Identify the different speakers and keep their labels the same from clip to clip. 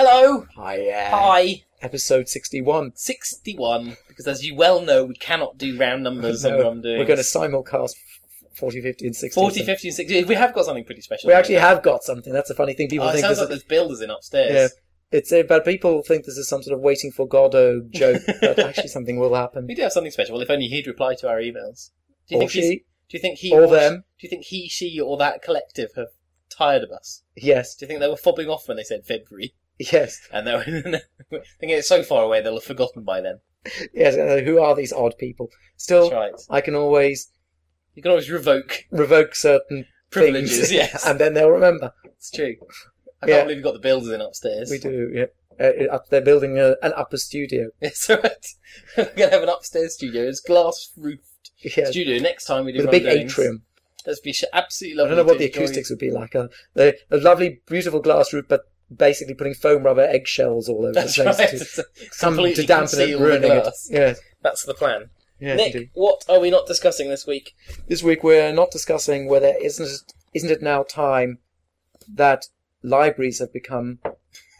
Speaker 1: Hello.
Speaker 2: Hi, Oh, yeah.
Speaker 1: Hi.
Speaker 2: Episode 61.
Speaker 1: 61. Because as you well know, we cannot do round numbers
Speaker 2: No,
Speaker 1: on wrongdoings.
Speaker 2: We're going to simulcast 40, 50, and 60.
Speaker 1: 40, 50, and 60. We have got something pretty special.
Speaker 2: We actually have got something. That's a funny thing. People
Speaker 1: Oh, it
Speaker 2: think
Speaker 1: sounds
Speaker 2: this
Speaker 1: like
Speaker 2: is,
Speaker 1: there's builders in upstairs.
Speaker 2: it's uh, but people think this is some sort of waiting for Godot joke, but actually something will happen.
Speaker 1: We do have something special. Well, if only he'd reply to our emails. Do you
Speaker 2: Or
Speaker 1: think he's-
Speaker 2: she,
Speaker 1: Do you think he
Speaker 2: or
Speaker 1: or
Speaker 2: them.
Speaker 1: Do you think he, she, or that collective have tired of us?
Speaker 2: Yes,
Speaker 1: Do you think they were fobbing off when they said February?
Speaker 2: yes,
Speaker 1: And they were thinking it's so far away they'll have forgotten by then.
Speaker 2: yes. uh, who are these odd people? Still,
Speaker 1: That's right.
Speaker 2: I can always
Speaker 1: You can always revoke
Speaker 2: revoke certain
Speaker 1: privileges.
Speaker 2: things,
Speaker 1: Yes,
Speaker 2: and then they'll remember.
Speaker 1: it's true. I can't
Speaker 2: Yeah.
Speaker 1: believe you've got the builders in upstairs.
Speaker 2: We do. Yeah. Uh, up- they're building a, an upper studio.
Speaker 1: It's all right. We're going to have an upstairs studio. It's glass roofed
Speaker 2: Yes,
Speaker 1: studio next time we do
Speaker 2: with a big
Speaker 1: Rondones.
Speaker 2: atrium.
Speaker 1: That's be sh- absolutely
Speaker 2: I
Speaker 1: lovely.
Speaker 2: don't know what
Speaker 1: to
Speaker 2: the
Speaker 1: enjoy.
Speaker 2: acoustics would be like. Uh, the, a lovely, beautiful glass roof, but basically putting foom rubber eggshells all over
Speaker 1: That's
Speaker 2: the
Speaker 1: right.
Speaker 2: place to, some,
Speaker 1: Completely
Speaker 2: to dampen it,
Speaker 1: conceal the
Speaker 2: ruining it.
Speaker 1: glass.
Speaker 2: Yes,
Speaker 1: That's the plan.
Speaker 2: yes
Speaker 1: Nick,
Speaker 2: indeed.
Speaker 1: what are we not discussing this week?
Speaker 2: This week we're not discussing whether isn't it, isn't it now time that libraries have become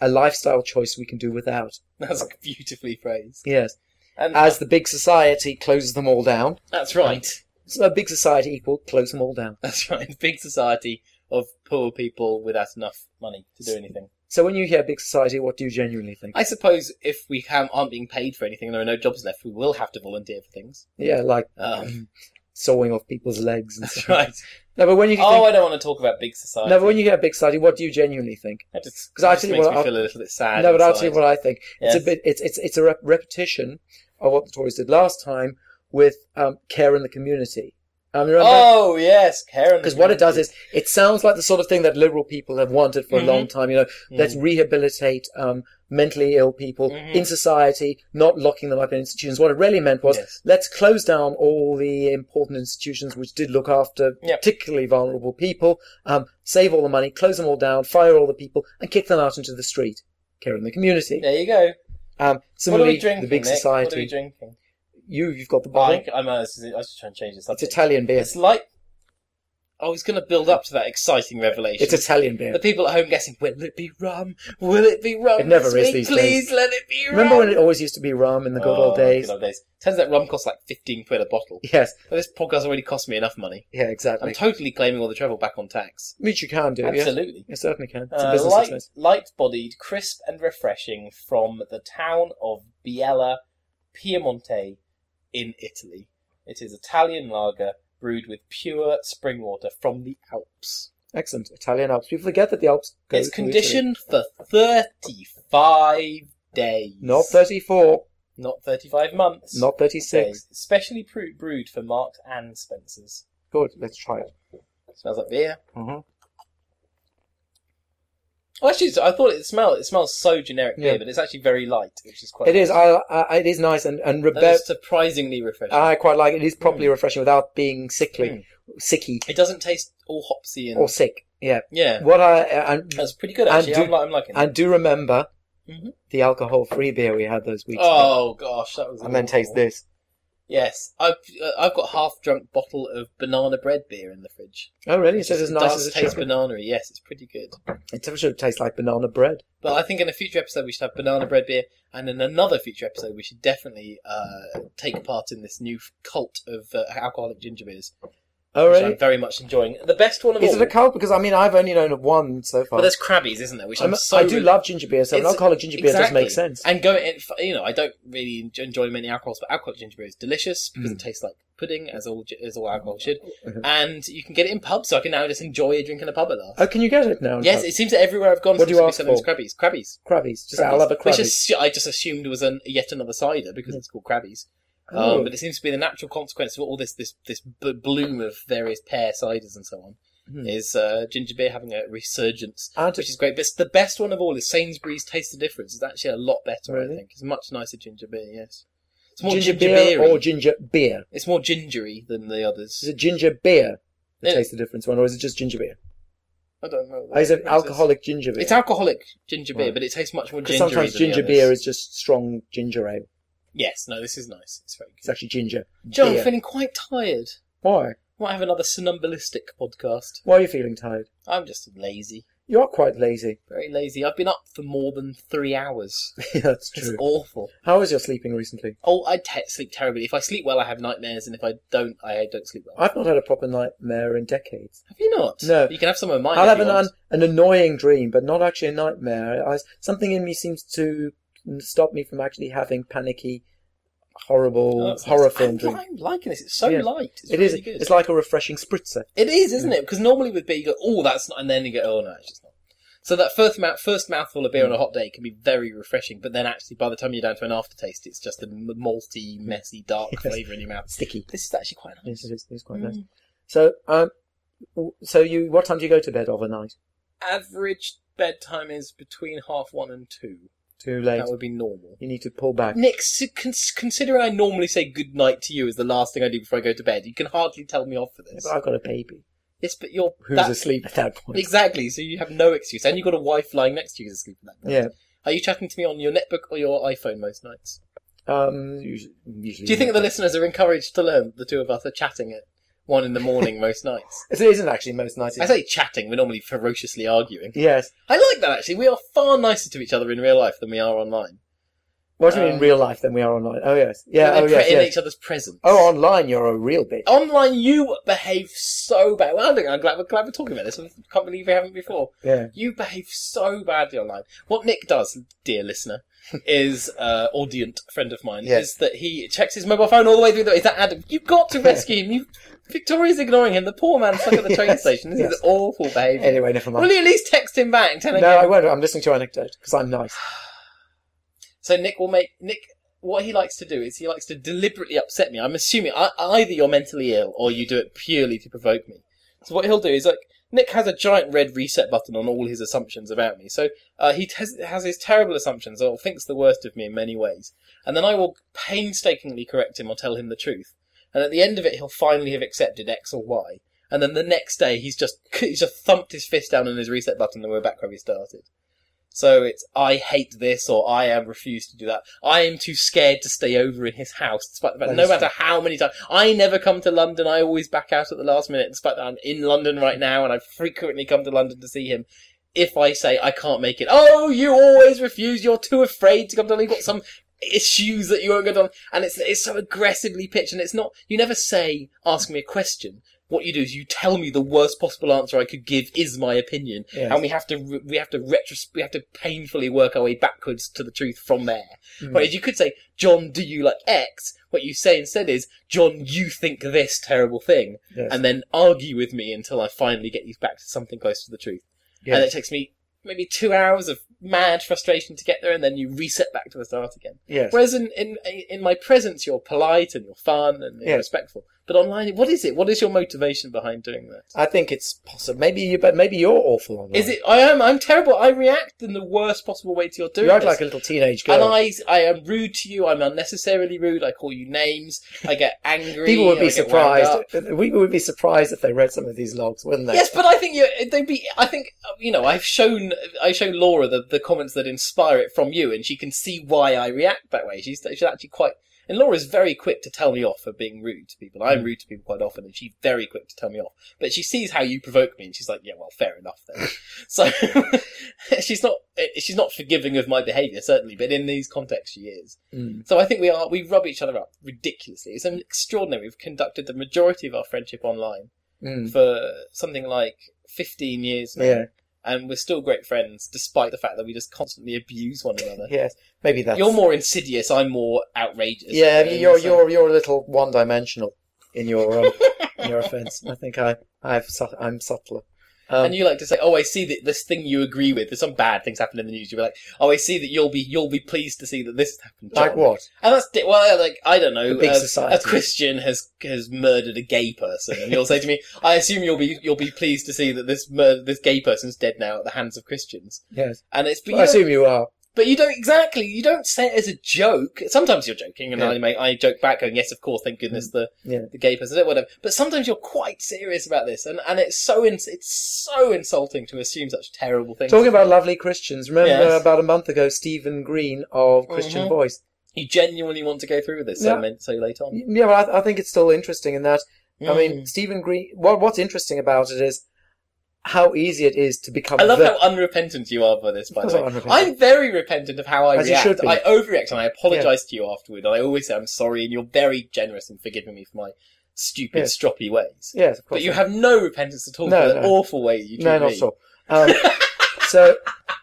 Speaker 2: a lifestyle choice we can do without.
Speaker 1: That's beautifully phrased.
Speaker 2: Yes,
Speaker 1: And
Speaker 2: as the big society closes them all down.
Speaker 1: that's right.
Speaker 2: So big society equal close them all down.
Speaker 1: That's right. Big society of poor people without enough money to do anything.
Speaker 2: So when you hear big society, what do you genuinely think?
Speaker 1: I suppose if we ha- aren't being paid for anything and there are no jobs left, we will have to volunteer for things.
Speaker 2: yeah, like
Speaker 1: Um,
Speaker 2: sawing off people's legs. And
Speaker 1: that's
Speaker 2: stuff.
Speaker 1: right.
Speaker 2: No, but when you think
Speaker 1: Oh, I don't want to talk about big society.
Speaker 2: No, but when you hear big society, what do you genuinely think?
Speaker 1: That just,
Speaker 2: 'Cause I'll
Speaker 1: just
Speaker 2: tell you
Speaker 1: makes
Speaker 2: what,
Speaker 1: me
Speaker 2: I'll-
Speaker 1: feel a little bit sad.
Speaker 2: no, but I'll
Speaker 1: inside.
Speaker 2: tell you what I think. It's
Speaker 1: Yes.
Speaker 2: a bit. It's it's it's a rep- repetition of what the Tories did last time with um, care in the community. Um, you remember?
Speaker 1: Oh yes, Karen.
Speaker 2: Because what it does is, it sounds like the sort of thing that liberal people have wanted for
Speaker 1: Mhm.
Speaker 2: a long time. You know, let's
Speaker 1: Mm-hmm.
Speaker 2: rehabilitate um, mentally ill people
Speaker 1: Mhm.
Speaker 2: in society, not locking them up in institutions. What it really meant was,
Speaker 1: Yes.
Speaker 2: let's close down all the important institutions which did look after
Speaker 1: Yep.
Speaker 2: particularly vulnerable people, um, save all the money, close them all down, fire all the people, and kick them out into the street. Care in the community.
Speaker 1: there you go.
Speaker 2: Um,
Speaker 1: What are
Speaker 2: similarly,
Speaker 1: we drinking?
Speaker 2: the big
Speaker 1: Nick?
Speaker 2: society.
Speaker 1: What are we drinking?
Speaker 2: you, you've got the bottle.
Speaker 1: I, I'm. I was, I was just trying to change this.
Speaker 2: It's Italian beer.
Speaker 1: It's like I was going to build up to that exciting revelation.
Speaker 2: It's Italian beer.
Speaker 1: the people at home guessing, will it be rum? Will it be rum?
Speaker 2: It never
Speaker 1: this
Speaker 2: is
Speaker 1: week?
Speaker 2: these
Speaker 1: Please let it be rum.
Speaker 2: Remember when it always used to be rum in the good
Speaker 1: Oh,
Speaker 2: old days?
Speaker 1: Good old days. Turns out rum costs like 15 quid a bottle.
Speaker 2: Yes.
Speaker 1: But this podcast already cost me enough money.
Speaker 2: Yeah,
Speaker 1: I'm
Speaker 2: exactly.
Speaker 1: totally claiming all the travel back on tax.
Speaker 2: Which you can do. Yes.
Speaker 1: Absolutely.
Speaker 2: You certainly can. It's a
Speaker 1: Uh,
Speaker 2: business
Speaker 1: light,
Speaker 2: expense.
Speaker 1: light-bodied, crisp and refreshing from the town of Biella Piemonte in Italy. It is Italian lager brewed with pure spring water from the Alps.
Speaker 2: Excellent. Italian Alps. We forget that the Alps go
Speaker 1: it's
Speaker 2: through
Speaker 1: conditioned for 35 days.
Speaker 2: Italy. Not 34,
Speaker 1: Not 35 months.
Speaker 2: not 36.
Speaker 1: Days. Specially pru- brewed for Marks and Spencer's.
Speaker 2: Good. Let's try it.
Speaker 1: Smells like beer.
Speaker 2: Mhm.
Speaker 1: Oh, actually, I thought it smelled. It smells so generic beer,
Speaker 2: Yeah.
Speaker 1: but it's actually very light, which is quite.
Speaker 2: It is.
Speaker 1: nice.
Speaker 2: I, I, it is nice and and
Speaker 1: That
Speaker 2: rebe-
Speaker 1: is Mm. surprisingly refreshing.
Speaker 2: I quite like it. It is properly refreshing without being sickly,
Speaker 1: Mm.
Speaker 2: sicky
Speaker 1: It doesn't taste all hopsy and
Speaker 2: or sick. Yeah.
Speaker 1: yeah,
Speaker 2: What I and
Speaker 1: that's pretty good
Speaker 2: And
Speaker 1: actually.
Speaker 2: do-
Speaker 1: I'm, li- I'm liking it.
Speaker 2: and do remember
Speaker 1: Mhm.
Speaker 2: the alcohol-free beer we had those weeks. ago.
Speaker 1: Oh gosh, that was.
Speaker 2: and then
Speaker 1: awful.
Speaker 2: taste this.
Speaker 1: Yes, I've uh, I've got a half drunk bottle of banana bread beer in the fridge.
Speaker 2: Oh, really?
Speaker 1: It
Speaker 2: It's as
Speaker 1: just
Speaker 2: nice
Speaker 1: does
Speaker 2: as it
Speaker 1: taste
Speaker 2: should.
Speaker 1: banana-y. Yes, it's pretty good.
Speaker 2: It should taste like banana bread.
Speaker 1: But I think in a future episode we should have banana bread beer, and in another future episode we should definitely uh, take part in this new cult of uh, alcoholic ginger beers,
Speaker 2: Oh,
Speaker 1: which
Speaker 2: really?
Speaker 1: I'm very much enjoying. The best one of
Speaker 2: Is
Speaker 1: all.
Speaker 2: it a cult? Because I mean, I've only known of one so far.
Speaker 1: well, there's Krabbies, isn't there? Which I'm,
Speaker 2: I'm- i
Speaker 1: so
Speaker 2: do love ginger beer, so an
Speaker 1: It's-
Speaker 2: alcoholic ginger beer does make sense.
Speaker 1: And go, it- you know, I don't really enjoy many alcohols, but alcoholic ginger beer is delicious because
Speaker 2: Mm.
Speaker 1: it tastes like pudding, as all gi- as all alcohol should.
Speaker 2: Mhm.
Speaker 1: And you can get it in pubs, so I can now just enjoy a drink in a pub at last.
Speaker 2: Oh, can you get it now?
Speaker 1: Yes, it seems that everywhere I've gone,
Speaker 2: What do you
Speaker 1: seems to be
Speaker 2: ask
Speaker 1: selling these
Speaker 2: for?
Speaker 1: Krabbies. Krabbies.
Speaker 2: crabbies. Just I'll have a
Speaker 1: Which
Speaker 2: crabby.
Speaker 1: is, I just assumed was an, yet another cider because it's called Krabbies.
Speaker 2: Oh.
Speaker 1: Um, but it seems to be the natural consequence of all this this this b- bloom of various pear ciders and so on
Speaker 2: Hmm.
Speaker 1: is uh, ginger beer having a resurgence
Speaker 2: And-
Speaker 1: which is great. But it's- the best one of all is Sainsbury's Taste the Difference. It's actually a lot better, I
Speaker 2: Really?
Speaker 1: think. It's much nicer ginger beer, yes. It's more
Speaker 2: ginger
Speaker 1: ginger,
Speaker 2: beer
Speaker 1: beery.
Speaker 2: or ginger beer?
Speaker 1: It's more gingery than the others.
Speaker 2: Is it ginger beer that
Speaker 1: Yeah.
Speaker 2: tastes the difference one, or is it just ginger beer?
Speaker 1: I don't know.
Speaker 2: Or is it
Speaker 1: It's-
Speaker 2: alcoholic ginger beer?
Speaker 1: It's alcoholic ginger beer,
Speaker 2: Right.
Speaker 1: but it tastes much more
Speaker 2: 'Cause
Speaker 1: gingery
Speaker 2: sometimes
Speaker 1: than
Speaker 2: ginger
Speaker 1: the
Speaker 2: beer
Speaker 1: others.
Speaker 2: is just strong ginger ale.
Speaker 1: Yes, no, this is nice. It's very
Speaker 2: It's
Speaker 1: good.
Speaker 2: actually ginger.
Speaker 1: John,
Speaker 2: beer.
Speaker 1: I'm feeling quite tired.
Speaker 2: Why?
Speaker 1: Might have another somnambulistic podcast.
Speaker 2: Why are you feeling tired?
Speaker 1: I'm just lazy.
Speaker 2: You are quite lazy.
Speaker 1: Very lazy. I've been up for more than three hours.
Speaker 2: yeah, that's
Speaker 1: It's
Speaker 2: true.
Speaker 1: awful.
Speaker 2: How was your sleeping recently?
Speaker 1: Oh, I te- sleep terribly. If I sleep well, I have nightmares, and if I don't, I don't sleep well.
Speaker 2: I've not had a proper nightmare in decades.
Speaker 1: Have you not?
Speaker 2: No.
Speaker 1: You can have some of mine.
Speaker 2: I'll
Speaker 1: if
Speaker 2: have
Speaker 1: you
Speaker 2: an,
Speaker 1: want.
Speaker 2: an an annoying dream, but not actually a nightmare. I, something in me seems to stop me from actually having panicky,
Speaker 1: Oh,
Speaker 2: horrible
Speaker 1: that's
Speaker 2: horror
Speaker 1: nice.
Speaker 2: film
Speaker 1: I'm,
Speaker 2: dreams.
Speaker 1: I'm liking this. It's so
Speaker 2: Yeah.
Speaker 1: light. It's
Speaker 2: It
Speaker 1: really
Speaker 2: is.
Speaker 1: Good.
Speaker 2: It's like Mm. a refreshing spritzer.
Speaker 1: It is, isn't it? Because normally with beer, you go, oh, that's not, and then you go, oh, no, it's just not. So that first, mouth, first mouthful of beer
Speaker 2: Mm.
Speaker 1: on a hot day can be very refreshing, but then actually by the time you're down to an aftertaste, it's just a m- malty, messy, dark
Speaker 2: Yes.
Speaker 1: flavour in your mouth.
Speaker 2: Sticky.
Speaker 1: This is actually quite nice.
Speaker 2: Yes, it is. It's quite nice.
Speaker 1: Mm.
Speaker 2: So, um, w- so you, what time do you go to bed of a night?
Speaker 1: Average bedtime is between half one and two.
Speaker 2: Too late.
Speaker 1: That would be normal.
Speaker 2: You need to pull back.
Speaker 1: Nick, s- cons- considering I normally say good night to you as the last thing I do before I go to bed, you can hardly tell me off for
Speaker 2: Yeah,
Speaker 1: this.
Speaker 2: but I've got a baby
Speaker 1: Yes, but you're
Speaker 2: who's
Speaker 1: that-
Speaker 2: asleep at that point.
Speaker 1: exactly. So you have no excuse, and you've got a wife lying next to you who's asleep at that point.
Speaker 2: Yeah.
Speaker 1: Are you chatting to me on your netbook or your iPhone most nights?
Speaker 2: Um. Usually. usually
Speaker 1: Do you think the listeners are encouraged to learn that the two of us are chatting at one in the morning most nights?
Speaker 2: It isn't actually most nights.
Speaker 1: I say chatting, we're normally ferociously arguing.
Speaker 2: Yes.
Speaker 1: I like that actually. We are far nicer to each other in real life than we are online.
Speaker 2: What do you mean in
Speaker 1: Um,
Speaker 2: real life? Then we are online. Oh yes. Yeah.
Speaker 1: We're
Speaker 2: Oh yes.
Speaker 1: in
Speaker 2: yes.
Speaker 1: each other's presence.
Speaker 2: Oh, online you're a real bitch.
Speaker 1: Online, you behave so bad. Well, I think I'm glad we're, glad we're talking about this. I can't believe we haven't before.
Speaker 2: Yeah.
Speaker 1: You behave so badly online. What Nick does, dear listener, is uh, audient friend of mine,
Speaker 2: Yes.
Speaker 1: is that he checks his mobile phone all the way through. The, is that Adam? You've got to rescue him. You, Victoria's ignoring him. The poor man stuck at the train
Speaker 2: Yes,
Speaker 1: station. This
Speaker 2: yes.
Speaker 1: is awful behaviour.
Speaker 2: Anyway, never
Speaker 1: Will
Speaker 2: mind.
Speaker 1: you at least text him back and tell him?
Speaker 2: No, I won't. I'm listening to your anecdote because I'm nice.
Speaker 1: So Nick will make Nick. What he likes to do is he likes to deliberately upset me. I'm assuming I, either you're mentally ill or you do it purely to provoke me. So what he'll do is like Nick has a giant red reset button on all his assumptions about me. So uh, he has, has his terrible assumptions or thinks the worst of me in many ways, and then I will painstakingly correct him or tell him the truth. And at the end of it, he'll finally have accepted X or Y. And then the next day, he's just he's just thumped his fist down on his reset button, and we're back where we started. So it's I hate this or I am refused to do that. I am too scared to stay over in his house, despite the fact
Speaker 2: That
Speaker 1: no
Speaker 2: is
Speaker 1: matter how many times I never come to London. I always back out at the last minute, despite that I'm in London right now and I frequently come to London to see him. If I say I can't make it, oh, you always refuse. You're too afraid to come to London. You've got some issues that you won't go down, and it's it's so aggressively pitched, and it's not. You never say ask me a question. What you do is you tell me the worst possible answer I could give is my opinion,
Speaker 2: Yes.
Speaker 1: and we have to re- we have to retros- we have to painfully work our way backwards to the truth from there.
Speaker 2: Mm.
Speaker 1: Whereas you could say, John, do you like X? What you say instead is, John, you think this terrible thing,
Speaker 2: Yes.
Speaker 1: and then argue with me until I finally get you back to something close to the truth.
Speaker 2: Yes.
Speaker 1: And it takes me maybe two hours of mad frustration to get there, and then you reset back to the start again.
Speaker 2: Yes.
Speaker 1: Whereas in, in in my presence, you're polite and you're fun and you're
Speaker 2: Yeah.
Speaker 1: respectful. But online, what is it? What is your motivation behind doing that?
Speaker 2: I think it's possible. Maybe you, but maybe you're awful online.
Speaker 1: Is it? I am. I'm terrible. I react in the worst possible way to your doing.
Speaker 2: You act
Speaker 1: this.
Speaker 2: like a little teenage
Speaker 1: and
Speaker 2: girl.
Speaker 1: I, I am rude to you. I'm unnecessarily rude. I call you names. I get angry.
Speaker 2: People would
Speaker 1: I
Speaker 2: be
Speaker 1: get wound
Speaker 2: surprised.
Speaker 1: up.
Speaker 2: People would be surprised if they read some of these logs, wouldn't they?
Speaker 1: Yes, but I think you, they'd be. I think you know. I've shown. I show Laura the, the comments that inspire it from you, and she can see why I react that way. She's she's actually quite. And Laura's very quick to tell me off for being rude to people. I'm rude to people quite often, and she's very quick to tell me off. But she sees how you provoke me, and she's like, "Yeah, well, fair enough then." so she's not she's not forgiving of my behaviour certainly, but in these contexts, she is.
Speaker 2: Mm.
Speaker 1: So I think we are we rub each other up ridiculously. It's an extraordinary. We've conducted the majority of our friendship online
Speaker 2: Mm.
Speaker 1: for something like fifteen years now,
Speaker 2: Yeah.
Speaker 1: and we're still great friends despite the fact that we just constantly abuse one another.
Speaker 2: Yes. Maybe that's.
Speaker 1: You're more insidious. I'm more outrageous.
Speaker 2: Yeah.
Speaker 1: And
Speaker 2: You're
Speaker 1: so-
Speaker 2: you're you're a little one-dimensional in your um, in your offence. I think I I've su- I'm subtler. Um,
Speaker 1: and you like to say, "Oh, I see that this thing you agree with. There's some bad things happened in the news." You're like, "Oh, I see that you'll be you'll be pleased to see that this happened." John."
Speaker 2: like what?
Speaker 1: And that's di- well, like I don't know. uh,
Speaker 2: The big
Speaker 1: a,
Speaker 2: society.
Speaker 1: a Christian has has murdered a gay person, and you'll say to me, "I assume you'll be you'll be pleased to see that this mur- this gay person's dead now at the hands of Christians."
Speaker 2: Yes.
Speaker 1: And it's but,
Speaker 2: Well,
Speaker 1: you
Speaker 2: I
Speaker 1: don't,
Speaker 2: assume you are.
Speaker 1: but you don't exactly you don't say it as a joke. Sometimes you're joking, and
Speaker 2: Yeah. Mm.
Speaker 1: I make I joke back, going, "Yes, of course, thank goodness the
Speaker 2: Yeah.
Speaker 1: the gay person did it, whatever." But sometimes you're quite serious about this, and and it's so ins it's so insulting to assume such terrible things.
Speaker 2: Talking about lovely Christians. Remember
Speaker 1: Yes.
Speaker 2: about a month ago, Stephen Green of Christian
Speaker 1: Mhm.
Speaker 2: Voice.
Speaker 1: you genuinely want to go through with this so
Speaker 2: Yeah.
Speaker 1: min- so late on.
Speaker 2: Yeah, but I, I think it's still interesting in that I mean,
Speaker 1: Mm.
Speaker 2: Stephen Green. What What's interesting about it is how easy it is to become.
Speaker 1: I love
Speaker 2: the-
Speaker 1: how unrepentant you are for this, by
Speaker 2: Of course
Speaker 1: the way.
Speaker 2: I'm unrepentant.
Speaker 1: I'm very repentant of how I
Speaker 2: As you
Speaker 1: react.
Speaker 2: should be.
Speaker 1: I overreact and I apologise to you afterward. And I always say I'm sorry, and you're very generous in forgiving me for my stupid,
Speaker 2: Yes.
Speaker 1: stroppy ways.
Speaker 2: Yes, of course.
Speaker 1: But you have no repentance at all
Speaker 2: No,
Speaker 1: for the
Speaker 2: no.
Speaker 1: awful way you treat
Speaker 2: no, not
Speaker 1: me.
Speaker 2: at all. Um, so,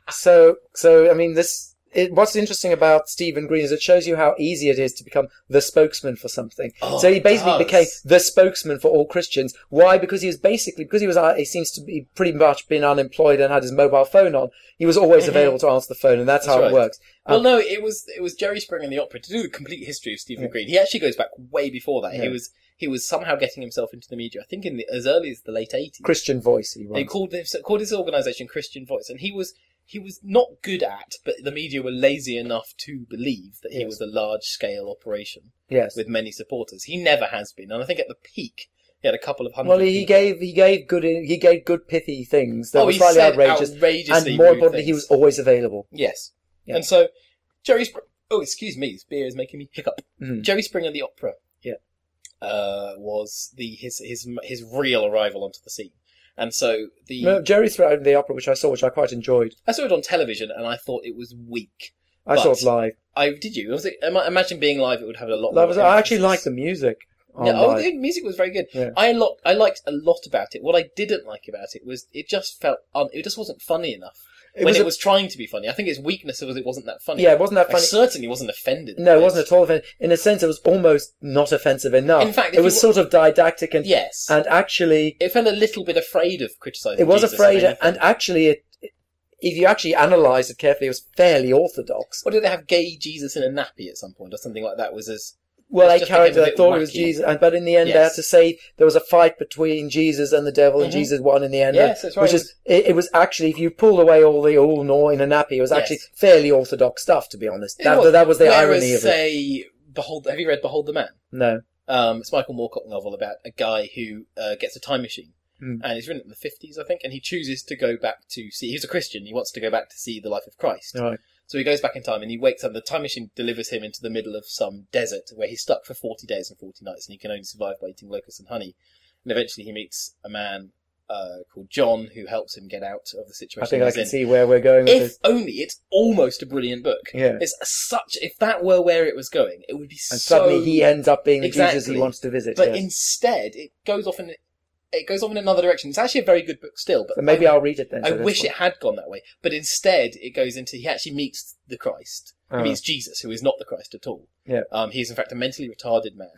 Speaker 2: so, so. I mean, this. It, what's interesting about Stephen Green is it shows you how easy it is to become the spokesman for something.
Speaker 1: Oh,
Speaker 2: so he
Speaker 1: it
Speaker 2: basically
Speaker 1: does.
Speaker 2: became the spokesman for all Christians. Why? Because he was basically because he was uh, he seems to be pretty much been unemployed and had his mobile phone on. He was always
Speaker 1: Mhm.
Speaker 2: available to answer the phone, and that's,
Speaker 1: That's
Speaker 2: how
Speaker 1: right.
Speaker 2: it works.
Speaker 1: Well, no, it was it was Jerry Springer in the opera to do the complete history of Stephen
Speaker 2: Yeah.
Speaker 1: Green. He actually goes back way before that. He
Speaker 2: Yeah.
Speaker 1: was he was somehow getting himself into the media. I think in the, as early as the late eighties.
Speaker 2: Christian voice. He
Speaker 1: They
Speaker 2: runs.
Speaker 1: called his called his organisation Christian Voice, and he was he was not good at, but the media were lazy enough to believe that he
Speaker 2: Yes.
Speaker 1: was a large scale operation
Speaker 2: Yes.
Speaker 1: with many supporters. He never has been, and I think at the peak he had a couple of hundred.
Speaker 2: Well, he
Speaker 1: people.
Speaker 2: gave he gave good he gave good pithy things that
Speaker 1: oh,
Speaker 2: were
Speaker 1: he
Speaker 2: slightly
Speaker 1: said
Speaker 2: outrageous,
Speaker 1: outrageously
Speaker 2: and more
Speaker 1: rude
Speaker 2: importantly, he
Speaker 1: things.
Speaker 2: was always available.
Speaker 1: yes,
Speaker 2: Yeah.
Speaker 1: and so Jerry. Spr- oh, excuse me, this beer is making me hiccup.
Speaker 2: Mm.
Speaker 1: Jerry Springer the opera.
Speaker 2: Yeah.
Speaker 1: Uh, was the his his his real arrival onto the scene, and so the
Speaker 2: No, Jerry Thrown, the opera, which I saw, which I quite enjoyed.
Speaker 1: I saw it on television, and I thought it was weak.
Speaker 2: I
Speaker 1: But-
Speaker 2: saw it live.
Speaker 1: I did you? Was it, ima- imagine being live; it would have a lot.
Speaker 2: That
Speaker 1: more
Speaker 2: was, I actually liked
Speaker 1: emphasis.
Speaker 2: the music. on
Speaker 1: No, oh,
Speaker 2: live.
Speaker 1: the music was very good.
Speaker 2: Yeah.
Speaker 1: I lo- I liked a lot about it. What I didn't like about it was it just felt un- it just wasn't funny enough
Speaker 2: It
Speaker 1: when
Speaker 2: was
Speaker 1: it
Speaker 2: a-
Speaker 1: was trying to be funny. I think its weakness was it wasn't that funny.
Speaker 2: yeah, it wasn't that
Speaker 1: I
Speaker 2: funny.
Speaker 1: certainly wasn't offended.
Speaker 2: No, it wasn't at all. offensive. In a sense, it was almost not offensive enough.
Speaker 1: In fact, if
Speaker 2: it was
Speaker 1: you-
Speaker 2: sort of didactic and
Speaker 1: Yes,
Speaker 2: and actually,
Speaker 1: it felt a little bit afraid of criticizing.
Speaker 2: Uh, it was
Speaker 1: Jesus
Speaker 2: afraid.
Speaker 1: and anything.
Speaker 2: And actually, it if you actually analyse it carefully, it was fairly orthodox.
Speaker 1: Or did they have gay Jesus in a nappy at some point, or something like that? Was as
Speaker 2: Well,
Speaker 1: It's
Speaker 2: a
Speaker 1: just became
Speaker 2: character
Speaker 1: a
Speaker 2: that
Speaker 1: bit
Speaker 2: thought it was
Speaker 1: wacky.
Speaker 2: Jesus, and but in the end, they had
Speaker 1: Yes.
Speaker 2: to say there was a fight between Jesus and the devil, and
Speaker 1: Mhm.
Speaker 2: Jesus won in the end.
Speaker 1: Yes, that's right.
Speaker 2: Which is it, it was actually if you pulled away all the all nor in a nappy, it was
Speaker 1: Yes.
Speaker 2: actually fairly orthodox stuff, to be honest.
Speaker 1: It
Speaker 2: That
Speaker 1: was.
Speaker 2: that was the
Speaker 1: whereas,
Speaker 2: irony of it.
Speaker 1: say, behold, have you read Behold the Man?
Speaker 2: No,
Speaker 1: Um, it's a Michael Moorcock novel about a guy who uh, gets a time machine,
Speaker 2: Hmm.
Speaker 1: and it's written in the fifties, I think. And he chooses to go back to see. He's a Christian. He wants to go back to see the life of Christ.
Speaker 2: right.
Speaker 1: So he goes back in time, and he wakes up. The time machine delivers him into the middle of some desert where he's stuck for forty days and forty nights, and he can only survive by eating locusts and honey. And eventually, he meets a man uh, called John who helps him get out of the situation.
Speaker 2: I think I
Speaker 1: he's
Speaker 2: can
Speaker 1: in.
Speaker 2: see where we're going with
Speaker 1: If
Speaker 2: this.
Speaker 1: only it's almost a brilliant book.
Speaker 2: Yeah,
Speaker 1: It's such. If that were where it was going, it would be
Speaker 2: and
Speaker 1: so.
Speaker 2: suddenly he ends up being the Jesus
Speaker 1: Exactly.
Speaker 2: he wants to visit.
Speaker 1: But
Speaker 2: yes.
Speaker 1: instead, it goes off in it goes off in another direction. It's actually a very good book still, but
Speaker 2: So maybe
Speaker 1: I,
Speaker 2: I'll read it then.
Speaker 1: I
Speaker 2: so that's
Speaker 1: wish
Speaker 2: what-
Speaker 1: it had gone that way. But instead, it goes into he actually meets the Christ. He
Speaker 2: Oh.
Speaker 1: meets Jesus, who is not the Christ at all.
Speaker 2: Yeah.
Speaker 1: Um, he is in fact a mentally retarded man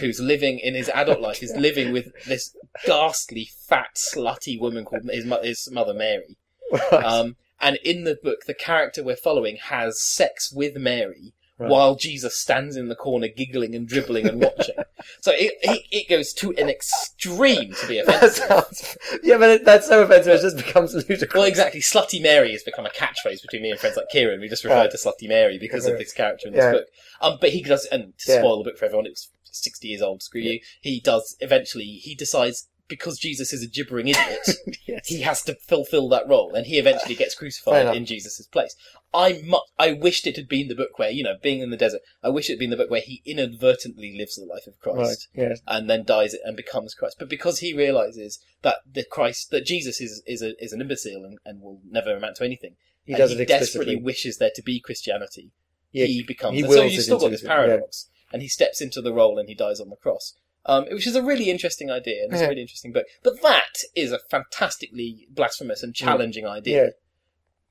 Speaker 1: who's living in his adult life. He's living with this ghastly, fat, slutty woman called his, mo- his mother Mary.
Speaker 2: Right.
Speaker 1: Um, and in the book, the character we're following has sex with Mary
Speaker 2: Right.
Speaker 1: while Jesus stands in the corner giggling and dribbling and watching. so it, it it goes to an extreme to be
Speaker 2: that
Speaker 1: offensive.
Speaker 2: sounds. Yeah, but it, that's so offensive. It just becomes ludicrous.
Speaker 1: Well, exactly. Slutty Mary has become a catchphrase between me and friends like Kieran. We just refer to Slutty Mary because of this character in this
Speaker 2: Yeah.
Speaker 1: book. Um, but he does, and to
Speaker 2: Yeah.
Speaker 1: spoil the book for everyone, it's 60 years old, screw you. He does eventually, he decides because Jesus is a gibbering idiot,
Speaker 2: Yes.
Speaker 1: he has to fulfill that role, and he eventually gets
Speaker 2: Fair
Speaker 1: crucified
Speaker 2: enough.
Speaker 1: in Jesus' place. I mu- I wished it had been the book where you know, being in the desert. I wish it had been the book where he inadvertently lives the life of
Speaker 2: Right.
Speaker 1: Christ
Speaker 2: Yes.
Speaker 1: and then dies and becomes Christ. But because he realizes that the Christ, that Jesus is is a, is an imbecile and, and will never amount to anything,
Speaker 2: He
Speaker 1: and
Speaker 2: does
Speaker 1: he
Speaker 2: it
Speaker 1: desperately
Speaker 2: explicitly.
Speaker 1: wishes there to be Christianity.
Speaker 2: Yeah,
Speaker 1: he becomes.
Speaker 2: he
Speaker 1: and so
Speaker 2: wills
Speaker 1: you
Speaker 2: it
Speaker 1: still got
Speaker 2: into
Speaker 1: this
Speaker 2: it, yeah.
Speaker 1: paradox, and he steps into the role and he dies on the cross. Um, which is a really interesting idea, and it's a
Speaker 2: Yeah.
Speaker 1: really interesting book. But that is a fantastically blasphemous and challenging idea.
Speaker 2: Yeah.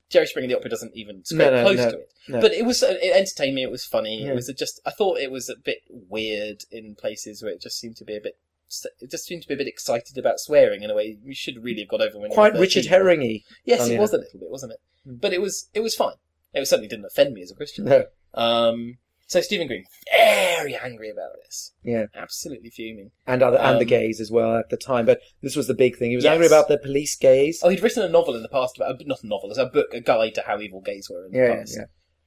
Speaker 1: Jerry Springer the Opera doesn't even scrape
Speaker 2: no,
Speaker 1: close
Speaker 2: no,
Speaker 1: to it.
Speaker 2: no.
Speaker 1: But it was uh, it entertained me. It was funny. It
Speaker 2: Yeah.
Speaker 1: was a just I thought it was a bit weird in places where it just seemed to be a bit. It just seemed to be a bit excited about swearing in a way you should really have got over when
Speaker 2: Quite
Speaker 1: you were
Speaker 2: Richard
Speaker 1: 13.
Speaker 2: Herringy.
Speaker 1: Yes,
Speaker 2: funny
Speaker 1: it was a little bit, wasn't it?
Speaker 2: Hmm.
Speaker 1: But it was it was fine. It certainly didn't offend me as a Christian.
Speaker 2: No.
Speaker 1: Um, so Stephen Green very angry about this.
Speaker 2: Yeah.
Speaker 1: absolutely fuming.
Speaker 2: and other and the
Speaker 1: Um,
Speaker 2: gays as well at the time. But this was the big thing. He was angry
Speaker 1: Yes.
Speaker 2: about the police gays.
Speaker 1: Oh, he'd written a novel in the past about not a novel, it's a book, a guide to how evil gays were in the
Speaker 2: yeah,
Speaker 1: past.
Speaker 2: yeah,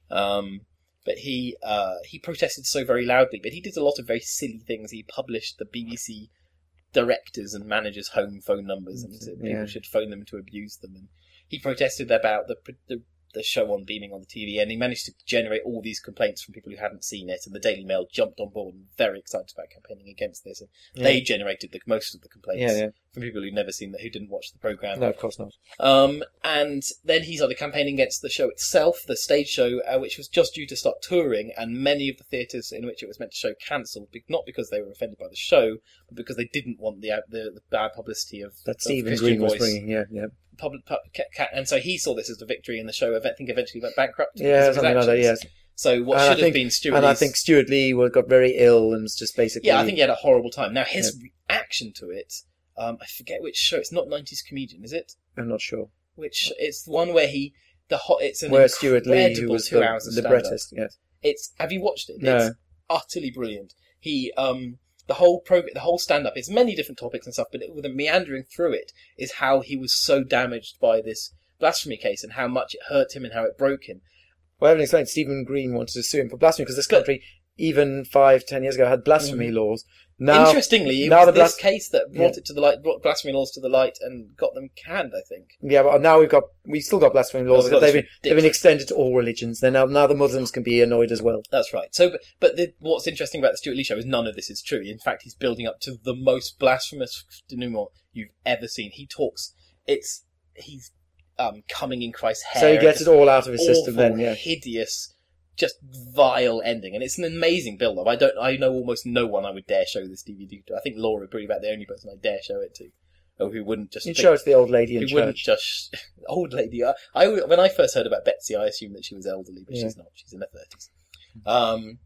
Speaker 1: Um, but he uh, he protested so very loudly. But he did a lot of very silly things. He published the BBC directors and managers' home phone numbers, and said people
Speaker 2: Mm-hmm. Yeah.
Speaker 1: should phone them to abuse them. And he protested about the, the the show on beaming on the TV, and he managed to generate all these complaints from people who hadn't seen it. And the Daily Mail jumped on board and very excited about campaigning against this. And they generated the most of the complaints
Speaker 2: yeah, yeah.
Speaker 1: from people who'd never seen that, who didn't watch the program.
Speaker 2: No, of course not.
Speaker 1: Um, and then he started campaigning against the show itself, the stage show, uh, which was just due to start touring, and many of the theatres in which it was meant to show cancelled, be- not because they were offended by the show, but because they didn't want the out- the, the bad publicity of
Speaker 2: That
Speaker 1: of
Speaker 2: Stephen
Speaker 1: Christian
Speaker 2: Green was
Speaker 1: Voice.
Speaker 2: bringing. Yeah, yeah,
Speaker 1: Public, pub, ca- ca- and so he saw this as a victory, and the show, I think, eventually went bankrupt. because
Speaker 2: yeah,
Speaker 1: of his
Speaker 2: something like that.
Speaker 1: actions.
Speaker 2: Yes,
Speaker 1: So what
Speaker 2: And I
Speaker 1: should have
Speaker 2: think-
Speaker 1: been Stuart
Speaker 2: and I
Speaker 1: Lee's-
Speaker 2: think Stuart Lee was, got very ill and was just basically.
Speaker 1: yeah, I think he had a horrible time. Now his reaction to it, um, I forget which show. It's not '90s comedian, is it?
Speaker 2: I'm not sure.
Speaker 1: Which it's the one where he the hot. It's an
Speaker 2: Where Stuart Lee, who
Speaker 1: incredible
Speaker 2: was
Speaker 1: two
Speaker 2: the
Speaker 1: hours of stand-up.
Speaker 2: librettist, yes,
Speaker 1: It's have you watched it?
Speaker 2: No.
Speaker 1: It's utterly brilliant. He um the whole prog- the whole stand up is many different topics and stuff, but it, with a meandering through it is how he was so damaged by this blasphemy case and how much it hurt him and how it broke him.
Speaker 2: Well, having explained, Stephen Green wanted to sue him for blasphemy because this
Speaker 1: But- Mm-hmm.
Speaker 2: country, even five, ten years ago, had blasphemy laws. Now,
Speaker 1: Interestingly, it
Speaker 2: now
Speaker 1: was
Speaker 2: the
Speaker 1: this
Speaker 2: blas-
Speaker 1: case that brought it to the light, brought blasphemy laws to the light, and got them canned. I think.
Speaker 2: yeah, but now we've got we've still got blasphemy laws.
Speaker 1: we've got
Speaker 2: they've
Speaker 1: this
Speaker 2: been they've been extended to all religions. Then now now the Muslims can be annoyed as well.
Speaker 1: That's right. So, but, but the, what's interesting about the Stuart Lee show is none of this is true. In fact, he's building up to the most blasphemous denouement you've ever seen. He talks. It's he's um, coming in Christ's hair.
Speaker 2: So he gets it all out of his
Speaker 1: awful,
Speaker 2: system. Then yeah,
Speaker 1: hideous, just vile ending, and it's an amazing build-up. I don't. I know almost no one I would dare show this DVD to. I think Laura Bree about the only person I dare show it to, or who wouldn't just
Speaker 2: you
Speaker 1: think-
Speaker 2: show it to the old lady in
Speaker 1: who wouldn't
Speaker 2: church.
Speaker 1: just old lady. I, I when I first heard about Betsy, I assumed that she was elderly, but
Speaker 2: Yeah.
Speaker 1: she's not. She's in her thirties. Um,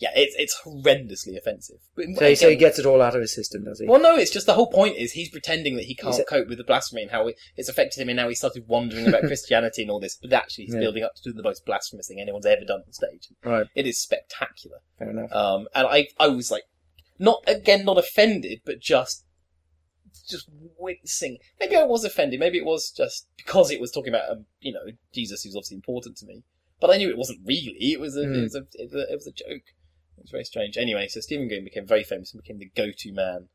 Speaker 1: yeah, it's it's horrendously offensive. But
Speaker 2: So he, so he
Speaker 1: again-
Speaker 2: gets it all out of his system, does he?
Speaker 1: well, no, it's just the whole point is he's pretending that he can't
Speaker 2: He's a-
Speaker 1: cope with the blasphemy and how it- it's affected him, and now he started wondering about Christianity and all this. But actually, he's
Speaker 2: Yeah.
Speaker 1: building up to do the most blasphemous thing anyone's ever done on stage.
Speaker 2: Right,
Speaker 1: It is spectacular.
Speaker 2: fair enough.
Speaker 1: Um, and I, I was like, not again, not offended, but just, just wincing. Maybe I was offended. Maybe it was just because it was talking about, um, you know, Jesus, who's obviously important to me. But I knew it wasn't really. It was a, it
Speaker 2: Hmm.
Speaker 1: was a, it was a, it was a joke. It was very strange. Anyway, so Stephen Green became very famous and became the go-to man.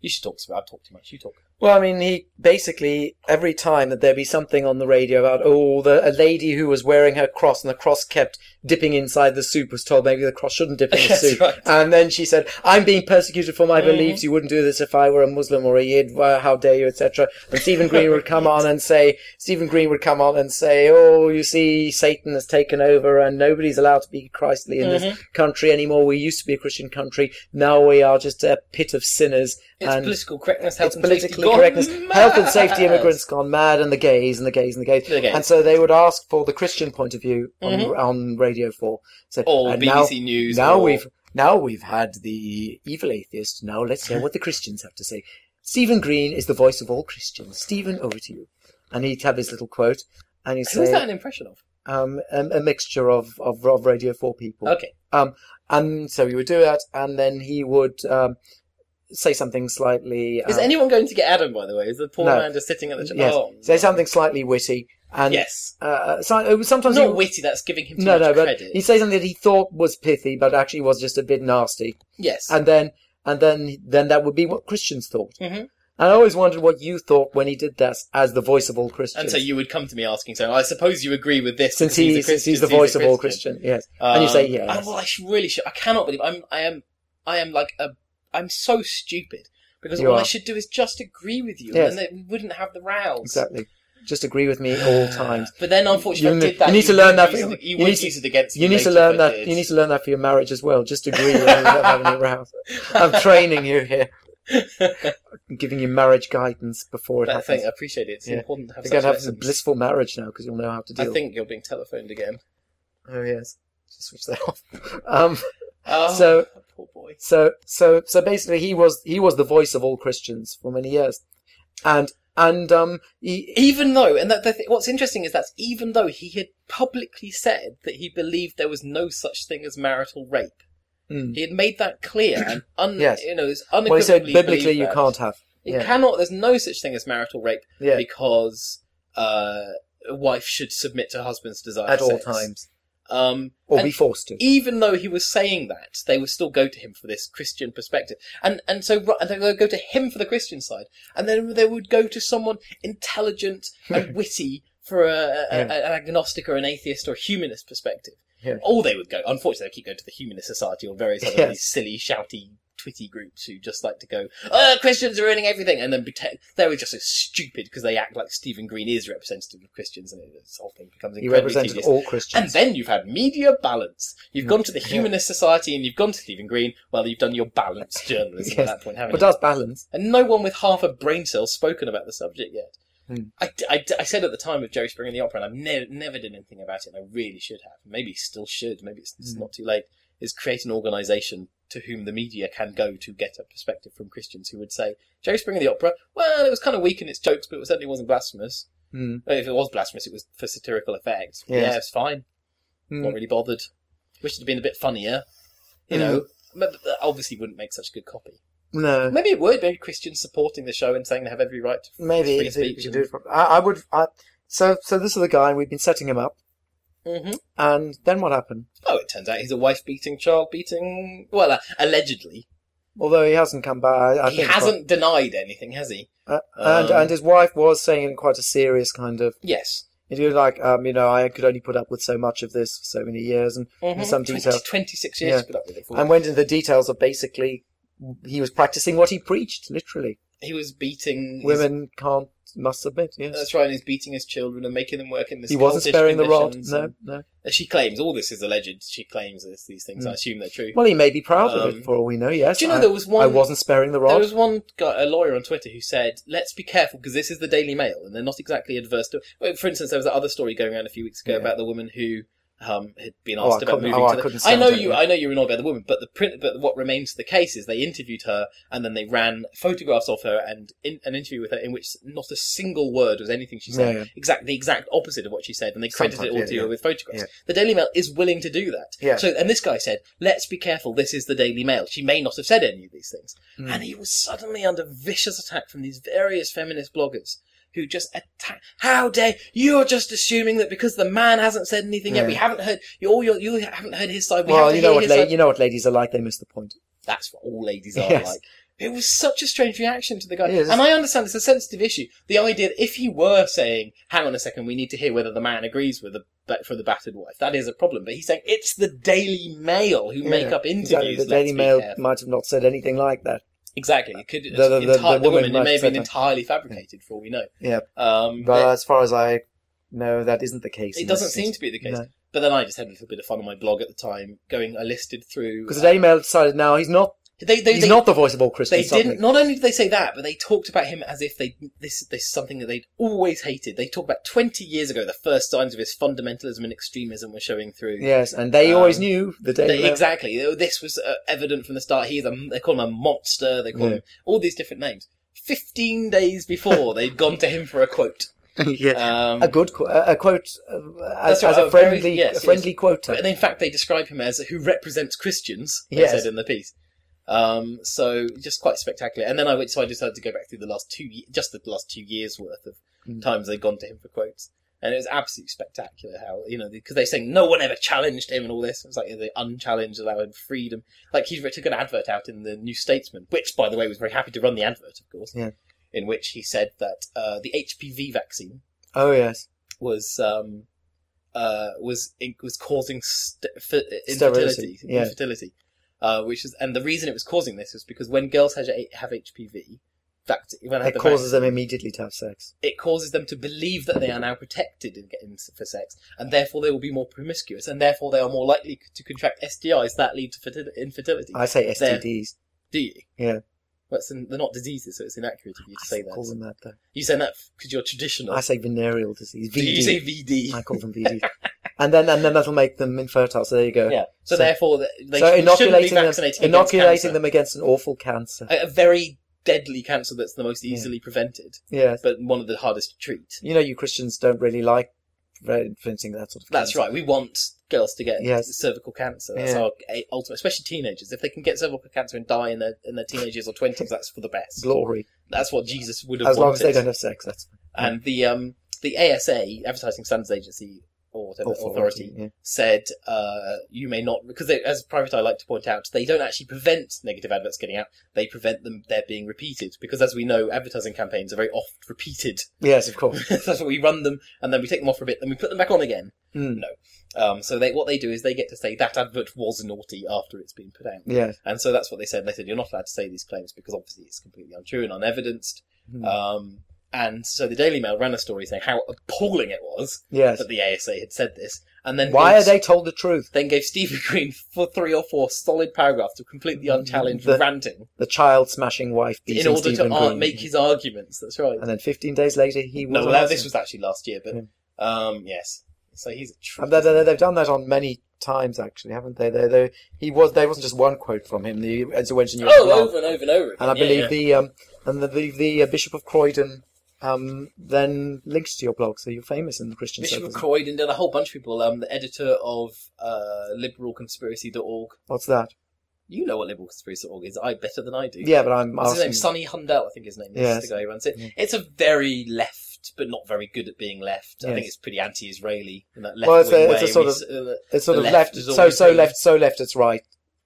Speaker 1: You should talk. I've talked too much. You talk.
Speaker 2: Well, I mean, he basically every time that there'd be something on the radio about oh, the a lady who was wearing her cross and the cross kept dipping inside the soup was told maybe the cross shouldn't dip in the
Speaker 1: That's
Speaker 2: soup,
Speaker 1: right.
Speaker 2: and then she said, "I'm being persecuted for my
Speaker 1: Mhm.
Speaker 2: beliefs. You wouldn't do this if I were a Muslim or a Yid. Why- How dare you?" etc. And Stephen Green would come on and say, Stephen Green would come on and say, "Oh, you see, Satan has taken over, and nobody's allowed to be Christly in
Speaker 1: Mm-hmm.
Speaker 2: this country anymore. We used to be a Christian country. Now we are just a pit of sinners."
Speaker 1: It's
Speaker 2: and
Speaker 1: political correctness. Health
Speaker 2: it's
Speaker 1: and safety
Speaker 2: politically
Speaker 1: gone
Speaker 2: correctness,
Speaker 1: mad.
Speaker 2: health and safety immigrants gone mad, and the gays and the gays and the gays.
Speaker 1: The gays.
Speaker 2: And so they would ask for the Christian point of view on,
Speaker 1: Mhm.
Speaker 2: on Radio Four. So
Speaker 1: Or
Speaker 2: and
Speaker 1: BBC News.
Speaker 2: now
Speaker 1: or-
Speaker 2: we've now we've had the evil atheist. Now let's hear what the Christians have to say. Stephen Green is the voice of all Christians. Stephen, over to you. And he'd have his little quote, and he'd
Speaker 1: Who's that
Speaker 2: say
Speaker 1: an impression of?
Speaker 2: um, a, a mixture of, of of Radio Four people.
Speaker 1: Okay.
Speaker 2: Um, and so he would do that, and then he would um, say something slightly.
Speaker 1: Is
Speaker 2: um,
Speaker 1: anyone going to get Adam, by the way? Is the poor
Speaker 2: No.
Speaker 1: man just sitting at the...
Speaker 2: Yes.
Speaker 1: Oh,
Speaker 2: say
Speaker 1: no.
Speaker 2: something slightly witty and
Speaker 1: Yes.
Speaker 2: uh, so, it was sometimes
Speaker 1: Not
Speaker 2: he-
Speaker 1: witty, that's giving him too
Speaker 2: no
Speaker 1: much
Speaker 2: no but
Speaker 1: credit.
Speaker 2: he'd say something that he thought was pithy but actually was just a bit nasty
Speaker 1: Yes.
Speaker 2: and then and then then that would be what Christians thought
Speaker 1: Mhm.
Speaker 2: and I always wondered what you thought when he did that as the voice of all Christians
Speaker 1: And so you would come to me asking, so I suppose you agree with this
Speaker 2: since
Speaker 1: because
Speaker 2: he,
Speaker 1: a
Speaker 2: since he's
Speaker 1: Christian,
Speaker 2: the voice
Speaker 1: a
Speaker 2: of all Christians yes and you say, yes.
Speaker 1: oh, well, I sh- really should. I cannot believe I'm. I am. I am like a. I'm so stupid because
Speaker 2: You
Speaker 1: all I
Speaker 2: are.
Speaker 1: should do is just agree with you,
Speaker 2: Yes.
Speaker 1: and then we wouldn't have the rows.
Speaker 2: exactly just agree with me at all
Speaker 1: Ah,
Speaker 2: times
Speaker 1: But then, unfortunately, if I
Speaker 2: You ne-
Speaker 1: did that.
Speaker 2: you need to learn
Speaker 1: would
Speaker 2: that-
Speaker 1: use it-
Speaker 2: you
Speaker 1: You would
Speaker 2: need to-
Speaker 1: use it against.
Speaker 2: you
Speaker 1: me
Speaker 2: need
Speaker 1: later
Speaker 2: to
Speaker 1: if
Speaker 2: learn
Speaker 1: I
Speaker 2: that
Speaker 1: did.
Speaker 2: you need to learn that for your marriage as well just agree rather than having any rows I'm training you here I'm giving you marriage guidance before it
Speaker 1: But I
Speaker 2: happens
Speaker 1: think I appreciate it. It's
Speaker 2: Yeah.
Speaker 1: important to have.
Speaker 2: You're going
Speaker 1: Such
Speaker 2: to have a
Speaker 1: lessons.
Speaker 2: blissful marriage now because you'll know how to
Speaker 1: I
Speaker 2: deal.
Speaker 1: think you're being telephoned again.
Speaker 2: Oh yes, just switch that off. Um,
Speaker 1: Oh,
Speaker 2: So-
Speaker 1: poor boy.
Speaker 2: so so so basically, he was he was the voice of all Christians for many years, and and um he,
Speaker 1: Even though, and that, the th- what's interesting is that even though he had publicly said that he believed there was no such thing as marital rape,
Speaker 2: Mm.
Speaker 1: he had made that clear and un,
Speaker 2: Yes.
Speaker 1: you know, it's
Speaker 2: well, he
Speaker 1: Hmm. unequivocally
Speaker 2: said biblically
Speaker 1: believed
Speaker 2: you
Speaker 1: that.
Speaker 2: can't have.
Speaker 1: You
Speaker 2: yeah.
Speaker 1: cannot. There's no such thing as marital rape
Speaker 2: Yeah,
Speaker 1: because uh, a wife should submit to her husband's desire
Speaker 2: at
Speaker 1: for
Speaker 2: all
Speaker 1: sex.
Speaker 2: times,
Speaker 1: Um,
Speaker 2: or
Speaker 1: and
Speaker 2: be forced to.
Speaker 1: even though he was saying that, they would still go to him for this Christian perspective, and and so ru- and they would go to him for the Christian side, and then they would go to someone intelligent and witty for a, a,
Speaker 2: Yeah.
Speaker 1: a- an agnostic or an atheist or a humanist perspective.
Speaker 2: Yeah.
Speaker 1: All they would go, unfortunately, they keep going to the Humanist Society or various other
Speaker 2: Yes.
Speaker 1: these silly, shouty, twitty groups who just like to go, oh, Christians are ruining everything, and then pretend they were just so stupid because they act like Stephen Green is representative of Christians, and it, this whole thing becomes
Speaker 2: He
Speaker 1: incredibly
Speaker 2: represented
Speaker 1: tedious.
Speaker 2: all
Speaker 1: And
Speaker 2: Christians.
Speaker 1: then you've had media balance. You've gone to the
Speaker 2: Yeah.
Speaker 1: Humanist Society and you've gone to Stephen Green. Well, you've done your balanced journalism
Speaker 2: Yes.
Speaker 1: at that point, haven't
Speaker 2: But
Speaker 1: you?
Speaker 2: that's balance.
Speaker 1: and no one with half a brain cell spoken about the subject yet.
Speaker 2: Hmm.
Speaker 1: I, I, I said at the time of Jerry Springer and the Opera, and I've ne- never done anything about it, and I really should have. Maybe still should. Maybe it's, it's
Speaker 2: Hmm.
Speaker 1: not too late. Is create an organisation to whom the media can go to get a perspective from Christians who would say Jerry Springer and the Opera. Well, it was kind of weak in its jokes, but it certainly wasn't blasphemous.
Speaker 2: Mm.
Speaker 1: Well, If it was blasphemous, it was for satirical effect.
Speaker 2: Yes.
Speaker 1: Yeah, it's fine. Not
Speaker 2: Mm.
Speaker 1: really bothered. Wish it had been a bit funnier. You
Speaker 2: Hmm.
Speaker 1: know, but but that obviously wouldn't make such good copy.
Speaker 2: No.
Speaker 1: Maybe it would. Maybe Christians supporting the show and saying they have every right to
Speaker 2: Maybe
Speaker 1: free
Speaker 2: if you- if
Speaker 1: speech
Speaker 2: you
Speaker 1: and-
Speaker 2: do it properly. I, I would. I, so, so this is the guy, and we've been setting him up.
Speaker 1: Mm-hmm.
Speaker 2: And then what happened?
Speaker 1: Oh, it turns out he's a wife beating, child beating. Well, uh, allegedly.
Speaker 2: Although he hasn't come back, I, I
Speaker 1: he
Speaker 2: think it's
Speaker 1: hasn't denied anything, has he?
Speaker 2: quite- uh, and
Speaker 1: um,
Speaker 2: and his wife was saying it in quite a serious kind of.
Speaker 1: Yes.
Speaker 2: It was like, um, you know, I could only put up with so much of this, for so many years, and
Speaker 1: Mhm.
Speaker 2: some
Speaker 1: 20
Speaker 2: detail.
Speaker 1: 26 years
Speaker 2: Yeah.
Speaker 1: to put up with it for.
Speaker 2: and went into the details of basically he was practicing what he preached, literally.
Speaker 1: he was beating his-
Speaker 2: Women can't must submit. Yes,
Speaker 1: that's right. and He's beating his children and making them work in this.
Speaker 2: he wasn't
Speaker 1: cultish
Speaker 2: sparing the rod.
Speaker 1: conditions
Speaker 2: No,
Speaker 1: and-
Speaker 2: no.
Speaker 1: Uh, She claims all this is alleged. She claims this, these things. I assume they're true.
Speaker 2: Hmm. Well, he may be proud of
Speaker 1: Um,
Speaker 2: it for all we know. Yes,
Speaker 1: do you know
Speaker 2: I,
Speaker 1: there was one-
Speaker 2: I wasn't sparing the
Speaker 1: There
Speaker 2: rod.
Speaker 1: was one guy, a lawyer on Twitter, who said, "Let's be careful because this is the Daily Mail, and they're not exactly adverse to." Well, For instance, there was that other story going around a few weeks ago
Speaker 2: Yeah.
Speaker 1: about the woman who um, had been
Speaker 2: Oh, I
Speaker 1: asked about
Speaker 2: couldn't-
Speaker 1: moving
Speaker 2: oh, I
Speaker 1: to.
Speaker 2: couldn't
Speaker 1: The... I
Speaker 2: stand
Speaker 1: know
Speaker 2: it,
Speaker 1: you.
Speaker 2: yeah.
Speaker 1: I know you're annoyed by the woman, but the print. But what remains the case is they interviewed her, and then they ran photographs of her and in, an interview with her in which not a single word was anything she said.
Speaker 2: Yeah.
Speaker 1: Exact the exacct opposite of what she said, and they credited it
Speaker 2: Sometimes,
Speaker 1: all
Speaker 2: yeah,
Speaker 1: to her
Speaker 2: yeah.
Speaker 1: with photographs.
Speaker 2: Yeah.
Speaker 1: The Daily Mail is willing to do that.
Speaker 2: Yeah.
Speaker 1: So and this guy said, "Let's be careful. This is the Daily Mail. She may not have said any of these things."
Speaker 2: Mm.
Speaker 1: And he was suddenly under vicious attack from these various feminist bloggers who just attack. How dare you're just assuming that because the man hasn't said anything yet,
Speaker 2: Yeah.
Speaker 1: we haven't heard you all. Your, you haven't heard his side. We have
Speaker 2: well,
Speaker 1: to
Speaker 2: you
Speaker 1: hear
Speaker 2: know what,
Speaker 1: his
Speaker 2: la-
Speaker 1: side.
Speaker 2: you know what ladies are like. They miss the point.
Speaker 1: That's what all ladies are
Speaker 2: Yes.
Speaker 1: like. It was such a strange reaction to the guy.
Speaker 2: It is.
Speaker 1: And I understand it's a sensitive issue. The idea that if he were saying, hang on a second, we need to hear whether the man agrees with the but for the battered wife, that is a problem. But he's saying it's the Daily Mail who make
Speaker 2: Yeah,
Speaker 1: up interviews.
Speaker 2: Exactly. The
Speaker 1: let's
Speaker 2: Daily
Speaker 1: be
Speaker 2: Mail
Speaker 1: careful.
Speaker 2: might have not said anything like that.
Speaker 1: Exactly. It could,
Speaker 2: The- the- the-
Speaker 1: entire-
Speaker 2: the woman
Speaker 1: woman, it
Speaker 2: might
Speaker 1: may have
Speaker 2: say
Speaker 1: been
Speaker 2: that.
Speaker 1: entirely fabricated for all we know.
Speaker 2: Yeah,
Speaker 1: Um,
Speaker 2: but
Speaker 1: but
Speaker 2: as far as I know, that isn't the case.
Speaker 1: it doesn't seem to be the case.
Speaker 2: No.
Speaker 1: But then I just had a little bit of fun on my blog at the time, going, I listed through.
Speaker 2: because the Daily Mail decided now he's not.
Speaker 1: they, they,
Speaker 2: He's
Speaker 1: they,
Speaker 2: not the voice of all Christians.
Speaker 1: they didn't.
Speaker 2: suddenly.
Speaker 1: Not only did they say that, but they talked about him as if they this this is something that they'd always hated. They talked about twenty years ago the first signs of his fundamentalism and extremism were showing through.
Speaker 2: Yes, and they always
Speaker 1: Um,
Speaker 2: knew the Daily
Speaker 1: They-
Speaker 2: Mail.
Speaker 1: exactly. This was uh, evident from the start. He's a, they call him a monster. They call
Speaker 2: Yeah.
Speaker 1: him all these different names. Fifteen days before they'd gone to him for a quote.
Speaker 2: yeah.
Speaker 1: Um,
Speaker 2: a good qu- a a quote uh, as,
Speaker 1: That's right,
Speaker 2: as a
Speaker 1: oh, very-
Speaker 2: friendly
Speaker 1: yes,
Speaker 2: a friendly quota.
Speaker 1: and in fact, they describe him as who represents Christians. They
Speaker 2: Yes.
Speaker 1: said in the piece. Um, so just quite spectacular. And then I went, so I decided to go back through the last two, ye- just the last two years worth of
Speaker 2: Mm.
Speaker 1: times they'd gone to him for quotes, and it was absolutely spectacular how you know because they're saying no one ever challenged him and all this. It was like the unchallenged allowed freedom. Like he took an advert out in the New Statesman, which by the way was very happy to run the advert, of course.
Speaker 2: Yeah.
Speaker 1: In which he said that uh, the HPV vaccine
Speaker 2: Oh yes,
Speaker 1: was um uh was it was causing st- f- infertility
Speaker 2: Sterility, yeah.
Speaker 1: infertility uh which is and the reason it was causing this is because when girls have have HPV vac- when they have
Speaker 2: it
Speaker 1: the
Speaker 2: causes them immediately to have sex.
Speaker 1: vac- it causes them to believe that they are now protected in getting s- for sex and therefore they will be more promiscuous and therefore they are more likely c- to contract STIs that lead to fertil- infertility
Speaker 2: I say
Speaker 1: They're-
Speaker 2: STDs.
Speaker 1: do you
Speaker 2: Yeah.
Speaker 1: well, it's in, they're not diseases, so it's inaccurate of you to
Speaker 2: I
Speaker 1: say
Speaker 2: still call
Speaker 1: that.
Speaker 2: them that though.
Speaker 1: You say that because you're traditional.
Speaker 2: I say venereal disease.
Speaker 1: Do you say
Speaker 2: VD.
Speaker 1: VD?
Speaker 2: I call them VD. and then and then that'll make them infertile. So there you go.
Speaker 1: Yeah. So,
Speaker 2: So-
Speaker 1: therefore, th- they
Speaker 2: so
Speaker 1: sh- shouldn't be
Speaker 2: inoculating them,
Speaker 1: vaccinating against
Speaker 2: inoculating
Speaker 1: cancer. Uh,
Speaker 2: them against an awful cancer.
Speaker 1: A, a very deadly cancer that's the most easily prevented,
Speaker 2: yes,
Speaker 1: but one of the hardest to treat.
Speaker 2: you know you Christians don't really like preventing that sort of.
Speaker 1: That's
Speaker 2: cancer.
Speaker 1: right. We want girls to get
Speaker 2: Yes.
Speaker 1: cervical cancer. That's
Speaker 2: Yeah.
Speaker 1: our a- ultimate, especially teenagers. If they can get cervical cancer and die in their in their teenage years or twenties, that's for the best.
Speaker 2: Glory.
Speaker 1: That's what Jesus would have
Speaker 2: As
Speaker 1: wanted.
Speaker 2: long as they don't have sex, that's
Speaker 1: And the um the ASA, Advertising Standards Agency, or whatever authority, said uh, you may not because they, as private I like to point out they don't actually prevent negative adverts getting out they prevent them there being repeated because as we know advertising campaigns are very oft repeated
Speaker 2: yeah. Yes, of course.
Speaker 1: that's why we run them and then we take them off for a bit then we put them back on again
Speaker 2: Mm.
Speaker 1: um, so they what they do is they get to say that advert was naughty after it's been put out
Speaker 2: Yeah.
Speaker 1: and so that's what they said they said you're not allowed to say these claims because obviously it's completely untrue and unevidenced
Speaker 2: Mm.
Speaker 1: um, and so the Daily Mail ran a story saying how appalling it was
Speaker 2: Yes.
Speaker 1: that the ASA had said this and then
Speaker 2: Why
Speaker 1: they
Speaker 2: are they told the truth?
Speaker 1: then gave Stephen Green for three or four solid paragraphs of completely unchallenged
Speaker 2: The-
Speaker 1: ranting
Speaker 2: The child smashing wife beating
Speaker 1: in order
Speaker 2: Stephen
Speaker 1: to ar-
Speaker 2: Green.
Speaker 1: make his arguments. That's right.
Speaker 2: And then 15 days later, he was.
Speaker 1: No, well,
Speaker 2: allowed
Speaker 1: that- this
Speaker 2: to-
Speaker 1: was actually last year, but um, yes. So he's a tr-
Speaker 2: And they, they, they've done that on many times, actually, haven't they? They, they he was. There wasn't just one quote from him. The intervention you
Speaker 1: oh, over and over and over. Again.
Speaker 2: and I
Speaker 1: yeah,
Speaker 2: believe
Speaker 1: yeah.
Speaker 2: the um and the the, the uh, Bishop of Croydon um then links to your blog, so you're famous in the Christian
Speaker 1: Bishop of
Speaker 2: circles.
Speaker 1: Croydon did a whole bunch of people. Um, the editor of uh, liberalconspiracy.org.
Speaker 2: What's that?
Speaker 1: You know what liberalconspiracy.org is. I better than I do.
Speaker 2: Yeah, but I'm
Speaker 1: What's his name?
Speaker 2: asking.
Speaker 1: Sonny Hundell, I think his name is
Speaker 2: Yes.
Speaker 1: the guy who runs it.
Speaker 2: Yeah.
Speaker 1: It's a very left, but not very good at being left. I think
Speaker 2: Yes.
Speaker 1: it's pretty anti-Israeli in that left
Speaker 2: Well, it's a-
Speaker 1: wing
Speaker 2: it's a
Speaker 1: way
Speaker 2: sort
Speaker 1: we
Speaker 2: of-
Speaker 1: s- uh,
Speaker 2: It's sort
Speaker 1: the
Speaker 2: of
Speaker 1: left
Speaker 2: left,
Speaker 1: has
Speaker 2: so
Speaker 1: always
Speaker 2: so
Speaker 1: been-
Speaker 2: left, so left. It's right.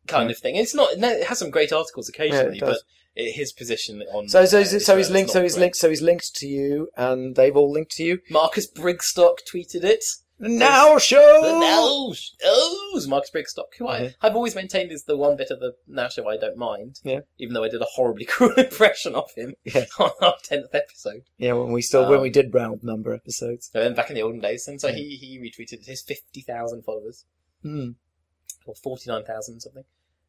Speaker 1: kind of thing. It's not. no, It has some great articles occasionally,
Speaker 2: does.
Speaker 1: but it, his position on
Speaker 2: So so
Speaker 1: uh,
Speaker 2: so,
Speaker 1: Israel
Speaker 2: he's
Speaker 1: is
Speaker 2: linked. So
Speaker 1: not
Speaker 2: he's
Speaker 1: great.
Speaker 2: linked. So he's linked to you, and they've all linked to you.
Speaker 1: Marcus Brigstock tweeted it.
Speaker 2: Now show.
Speaker 1: The Now oh, Marcus Brigstock, who I,
Speaker 2: Yeah.
Speaker 1: I've always maintained is the one bit of the Now show I don't mind.
Speaker 2: Yeah.
Speaker 1: Even though I did a horribly cruel impression of him
Speaker 2: Yeah.
Speaker 1: on our tenth episode.
Speaker 2: Yeah, when we still when
Speaker 1: Um,
Speaker 2: we did round number episodes.
Speaker 1: So then back in the olden days, and so
Speaker 2: Yeah.
Speaker 1: he he retweeted his fifty thousand followers
Speaker 2: Hmm.
Speaker 1: or forty nine thousand something.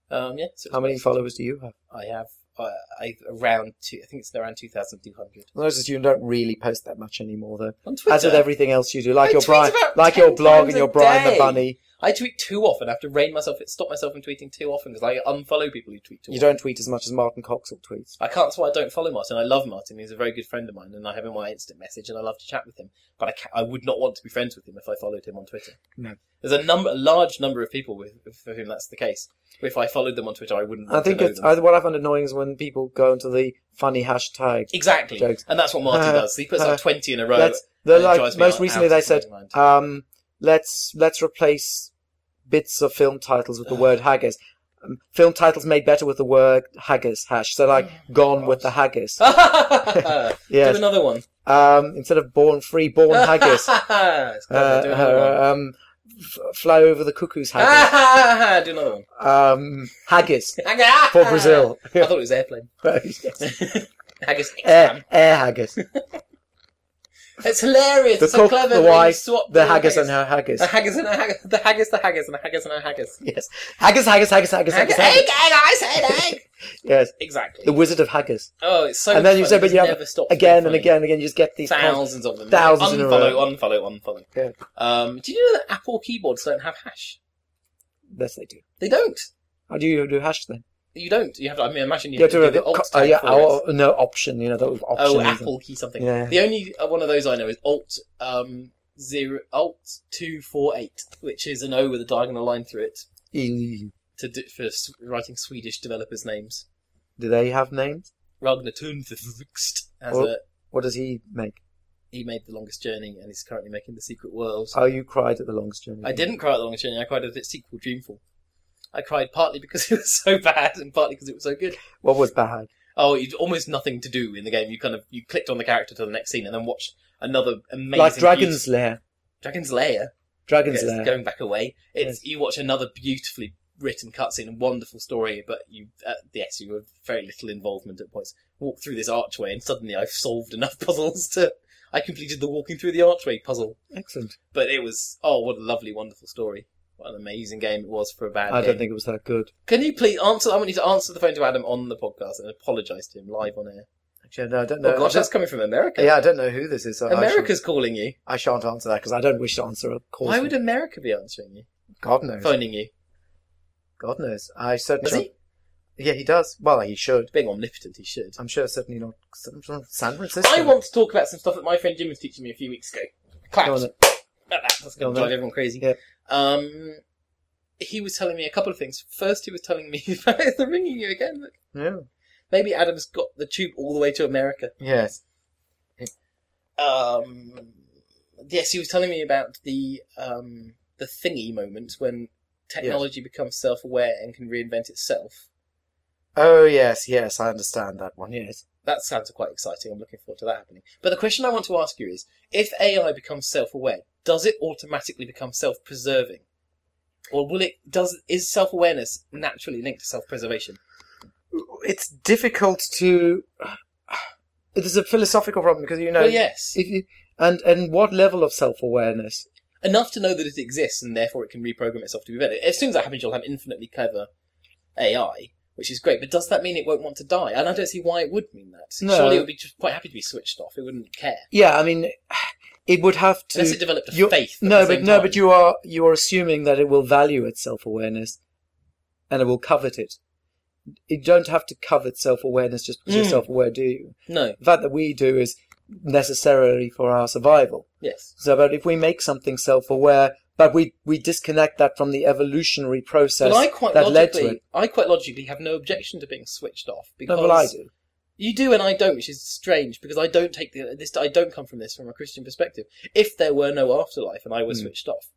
Speaker 1: Um, yeah. So it's
Speaker 2: How many
Speaker 1: great.
Speaker 2: followers do you have?
Speaker 1: I have. Uh, I around two. I think it's around two thousand two hundred
Speaker 2: Notice you don't really post that much anymore, though.
Speaker 1: on Twitter.
Speaker 2: As with everything else you do,
Speaker 1: I
Speaker 2: like your
Speaker 1: tweet
Speaker 2: Brian,
Speaker 1: about
Speaker 2: like your
Speaker 1: 10
Speaker 2: blog
Speaker 1: times
Speaker 2: and
Speaker 1: a
Speaker 2: your Brian
Speaker 1: day.
Speaker 2: the Bunny.
Speaker 1: I tweet too often. I have to rein myself, stop myself from tweeting too often because I unfollow people who tweet too
Speaker 2: You
Speaker 1: often.
Speaker 2: don't tweet as much as Martin Coxell tweets.
Speaker 1: I can't say I don't follow Martin. I love Martin. He's a very good friend of mine, and I have him on my instant message, and I love to chat with him. But I, ca I would not want to be friends with him if I followed him on Twitter.
Speaker 2: No.
Speaker 1: There's a number, a large number of people with, for whom that's the case. If I followed them on Twitter, I wouldn't.
Speaker 2: I
Speaker 1: want to
Speaker 2: think
Speaker 1: know
Speaker 2: it's
Speaker 1: them.
Speaker 2: I, what I find annoying is when people go into the funny hashtag.
Speaker 1: exactly,
Speaker 2: Jokes.
Speaker 1: and that's what Martin
Speaker 2: Uh,
Speaker 1: does. He puts
Speaker 2: uh,
Speaker 1: up twenty in a row.
Speaker 2: Let's,
Speaker 1: and
Speaker 2: they're
Speaker 1: it
Speaker 2: like,
Speaker 1: drives me
Speaker 2: most
Speaker 1: out-
Speaker 2: recently
Speaker 1: out
Speaker 2: they
Speaker 1: of my
Speaker 2: said,
Speaker 1: mind.
Speaker 2: um, let's let's replace bits of film titles with the
Speaker 1: Ugh.
Speaker 2: word haggis. Um, film titles made better with the word haggis hash. So like gone with the haggis.
Speaker 1: Do
Speaker 2: Yes.
Speaker 1: another one.
Speaker 2: Um, instead of born free, born haggis.
Speaker 1: It's
Speaker 2: Uh,
Speaker 1: clever. do another one.
Speaker 2: uh, um, f- fly over the cuckoo's haggis.
Speaker 1: do another one.
Speaker 2: um, haggis
Speaker 1: Haggis.
Speaker 2: for Brazil.
Speaker 1: I thought it was airplane. Haggis.
Speaker 2: air, air haggis.
Speaker 1: It's hilarious.
Speaker 2: The
Speaker 1: it's so
Speaker 2: cook,
Speaker 1: clever.
Speaker 2: the
Speaker 1: they
Speaker 2: wife,
Speaker 1: swap
Speaker 2: The haggis and her haggis.
Speaker 1: The haggis and a haggis. The haggis, the haggis, and a haggis and a haggis.
Speaker 2: Yes. Haggis, haggis, haggis, haggis,
Speaker 1: Haggis,
Speaker 2: haggis, haggis.
Speaker 1: egg, egg, I said egg.
Speaker 2: Yes. The
Speaker 1: Exactly.
Speaker 2: Wizard of Haggis.
Speaker 1: Oh, it's so.
Speaker 2: and then you
Speaker 1: funny.
Speaker 2: say, but
Speaker 1: It
Speaker 2: you have
Speaker 1: never stops being
Speaker 2: again and
Speaker 1: funny.
Speaker 2: again and again, you just get these. con-
Speaker 1: Thousands of them.
Speaker 2: Thousands in a row.
Speaker 1: Unfollow, unfollow, unfollow.
Speaker 2: Yeah.
Speaker 1: Um, do you know that Apple keyboards don't have hash?
Speaker 2: yes, they do.
Speaker 1: They don't.
Speaker 2: How do you do hash then?
Speaker 1: You don't. You have. To, I mean, imagine you,
Speaker 2: You have to
Speaker 1: do the
Speaker 2: co-
Speaker 1: alt
Speaker 2: oh,
Speaker 1: tab
Speaker 2: yeah,
Speaker 1: for it.
Speaker 2: oh, no option. You know that was option.
Speaker 1: Oh,
Speaker 2: isn't it?
Speaker 1: Apple key something.
Speaker 2: Yeah.
Speaker 1: The only uh, one of those I know is Alt um zero Alt two four eight, which is an O with a diagonal line through it
Speaker 2: E Ew.
Speaker 1: to do, for s- writing Swedish developers' names.
Speaker 2: Do they have names?
Speaker 1: Ragnar Thunfixt has
Speaker 2: Oh.
Speaker 1: a
Speaker 2: What does he make?
Speaker 1: he made the longest journey and is currently making the Secret World.
Speaker 2: Oh, you cried at the longest journey.
Speaker 1: I didn't cry at the longest journey. I cried at the sequel Dreamfall. I cried partly because it was so bad and partly because it was so good.
Speaker 2: What was bad?
Speaker 1: Oh, you'd almost nothing to do in the game. You kind of you clicked on the character to the next scene and then watched another amazing
Speaker 2: like Dragon's
Speaker 1: beautiful-
Speaker 2: Lair.
Speaker 1: Dragon's Lair.
Speaker 2: Dragon's
Speaker 1: Okay, it's
Speaker 2: Lair.
Speaker 1: Going back away, it's
Speaker 2: Hmm.
Speaker 1: you watch another beautifully written cutscene, a wonderful story, but you uh, yes, you have very little involvement at points. Walk through this archway, and suddenly I've solved enough puzzles to. I completed the walking through the archway puzzle,
Speaker 2: Excellent.
Speaker 1: but it was oh, what a lovely, wonderful story. What an amazing game it was for a bad
Speaker 2: I
Speaker 1: game.
Speaker 2: don't think it was that good.
Speaker 1: Can you please answer? I want you to answer the phone to Adam on the podcast and apologise to him live on air.
Speaker 2: Actually, no, I don't know.
Speaker 1: oh gosh,
Speaker 2: I
Speaker 1: that's
Speaker 2: don't-
Speaker 1: coming from America.
Speaker 2: yeah, I don't know who this is. So I shan't-
Speaker 1: America's calling you.
Speaker 2: I shan't answer that because I don't wish to answer a call.
Speaker 1: Why
Speaker 2: from-
Speaker 1: would America be answering you?
Speaker 2: God knows?
Speaker 1: Phoning you?
Speaker 2: God knows. I certainly.
Speaker 1: Does he?
Speaker 2: Yeah, he does. Well, he should.
Speaker 1: Being omnipotent, he should.
Speaker 2: I'm sure certainly not some- some- San Francisco.
Speaker 1: I want to talk about some stuff that my friend Jim was teaching me a few weeks ago.
Speaker 2: Go on
Speaker 1: Claps.
Speaker 2: then.
Speaker 1: Like that. That's
Speaker 2: Go
Speaker 1: going
Speaker 2: on
Speaker 1: to
Speaker 2: then.
Speaker 1: drive everyone crazy.
Speaker 2: Yeah.
Speaker 1: Um, he was telling me a couple of things. First, he was telling me they're ringing you again. Look,
Speaker 2: Yeah.
Speaker 1: Maybe Adam's got the tube all the way to America.
Speaker 2: Yes.
Speaker 1: Um, yes, he was telling me about the um, the thingy moment when technology becomes self aware and can reinvent itself.
Speaker 2: Oh yes, yes, I understand that one. Yes.
Speaker 1: That sounds quite exciting. I'm looking forward to that happening. But the question I want to ask you is if AI becomes self aware, does it automatically become self preserving? Or will it does is self awareness naturally linked to self preservation?
Speaker 2: It's difficult to. It is a philosophical problem because you know.
Speaker 1: well yes.
Speaker 2: If you, and and what level of self awareness?
Speaker 1: enough to know that it exists and therefore it can reprogram itself to be better. As soon as that happens, you'll have infinitely clever AI, which is great. But does that mean it won't want to die? And I don't see why it would mean that.
Speaker 2: No.
Speaker 1: Surely it would be just quite happy to be switched off. It wouldn't care
Speaker 2: Yeah, I mean, it would have to.
Speaker 1: unless it developed a
Speaker 2: you-
Speaker 1: faith. at
Speaker 2: no,
Speaker 1: the
Speaker 2: but
Speaker 1: same
Speaker 2: no,
Speaker 1: time.
Speaker 2: but you are you are assuming that it will value its self awareness, and it will covet it. You don't have to covet self awareness just because
Speaker 1: Mm.
Speaker 2: you're self aware, do you?
Speaker 1: no.
Speaker 2: The fact that we do is necessarily for our survival.
Speaker 1: Yes.
Speaker 2: So, but if we make something self-aware, but we we disconnect that from the evolutionary process
Speaker 1: But I quite
Speaker 2: that led to
Speaker 1: logically,
Speaker 2: it.
Speaker 1: I quite logically have no objection to being switched off
Speaker 2: No,
Speaker 1: because
Speaker 2: well, I do.
Speaker 1: you do and I don't, which is strange because I don't take the, this. I don't come from this from a Christian perspective. If there were no afterlife and I was
Speaker 2: Hmm.
Speaker 1: switched off,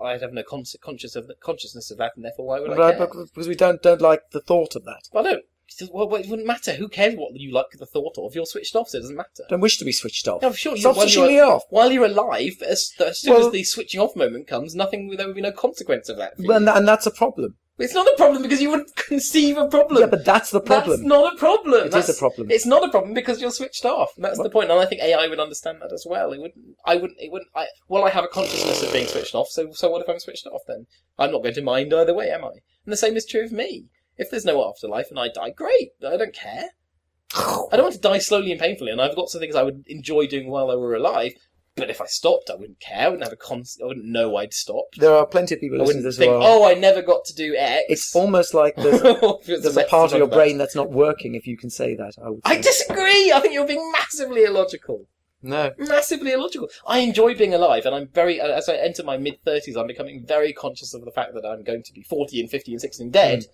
Speaker 1: I'd have no con- conscious of consciousness of that, and therefore why would I
Speaker 2: But-
Speaker 1: care?
Speaker 2: but- because we don't don't like the thought of that.
Speaker 1: But I don't. She says, Well, well, it wouldn't matter. Who cares what you like the thought of? You're switched off, so it doesn't matter.
Speaker 2: Don't wish to be switched off.
Speaker 1: No, sure.
Speaker 2: Stop
Speaker 1: while
Speaker 2: switching
Speaker 1: you're-
Speaker 2: me off.
Speaker 1: While you're alive, as, as soon as
Speaker 2: Well-
Speaker 1: the switching off moment comes, nothing. There would be no consequence of that. for you.
Speaker 2: Well, and, and that's a problem.
Speaker 1: it's not a problem because you wouldn't conceive a problem.
Speaker 2: Yeah, but that's the problem.
Speaker 1: That's not a problem.
Speaker 2: It is
Speaker 1: That's-
Speaker 2: a problem.
Speaker 1: It's not a problem because you're switched off. That's the
Speaker 2: What?
Speaker 1: point, and I think AI would understand that as well. It wouldn't. I wouldn't. It wouldn't. I, well, I have a consciousness of being switched off. So, so what if I'm switched off then? I'm not going to mind either way, am I? And the same is true of me. If there's no afterlife and I die, great. I don't care. I don't want to die slowly and painfully, and I've lots of things I would enjoy doing while I were alive. But if I stopped, I wouldn't care. I wouldn't have a con. I wouldn't know I'd stopped.
Speaker 2: There are plenty of people
Speaker 1: I
Speaker 2: listening to
Speaker 1: wouldn't
Speaker 2: this
Speaker 1: think,
Speaker 2: who are.
Speaker 1: oh, I never got to do X.
Speaker 2: It's almost like there's,
Speaker 1: It's
Speaker 2: there's a
Speaker 1: mess to
Speaker 2: part of
Speaker 1: talk
Speaker 2: your
Speaker 1: about.
Speaker 2: brain that's not working. If you can say that, I would.
Speaker 1: I
Speaker 2: say.
Speaker 1: disagree. I think you're being massively illogical.
Speaker 2: no.
Speaker 1: Massively illogical. I enjoy being alive, and I'm very. uh, As I enter my mid thirties, I'm becoming very conscious of the fact that I'm going to be forty and fifty and sixty and dead,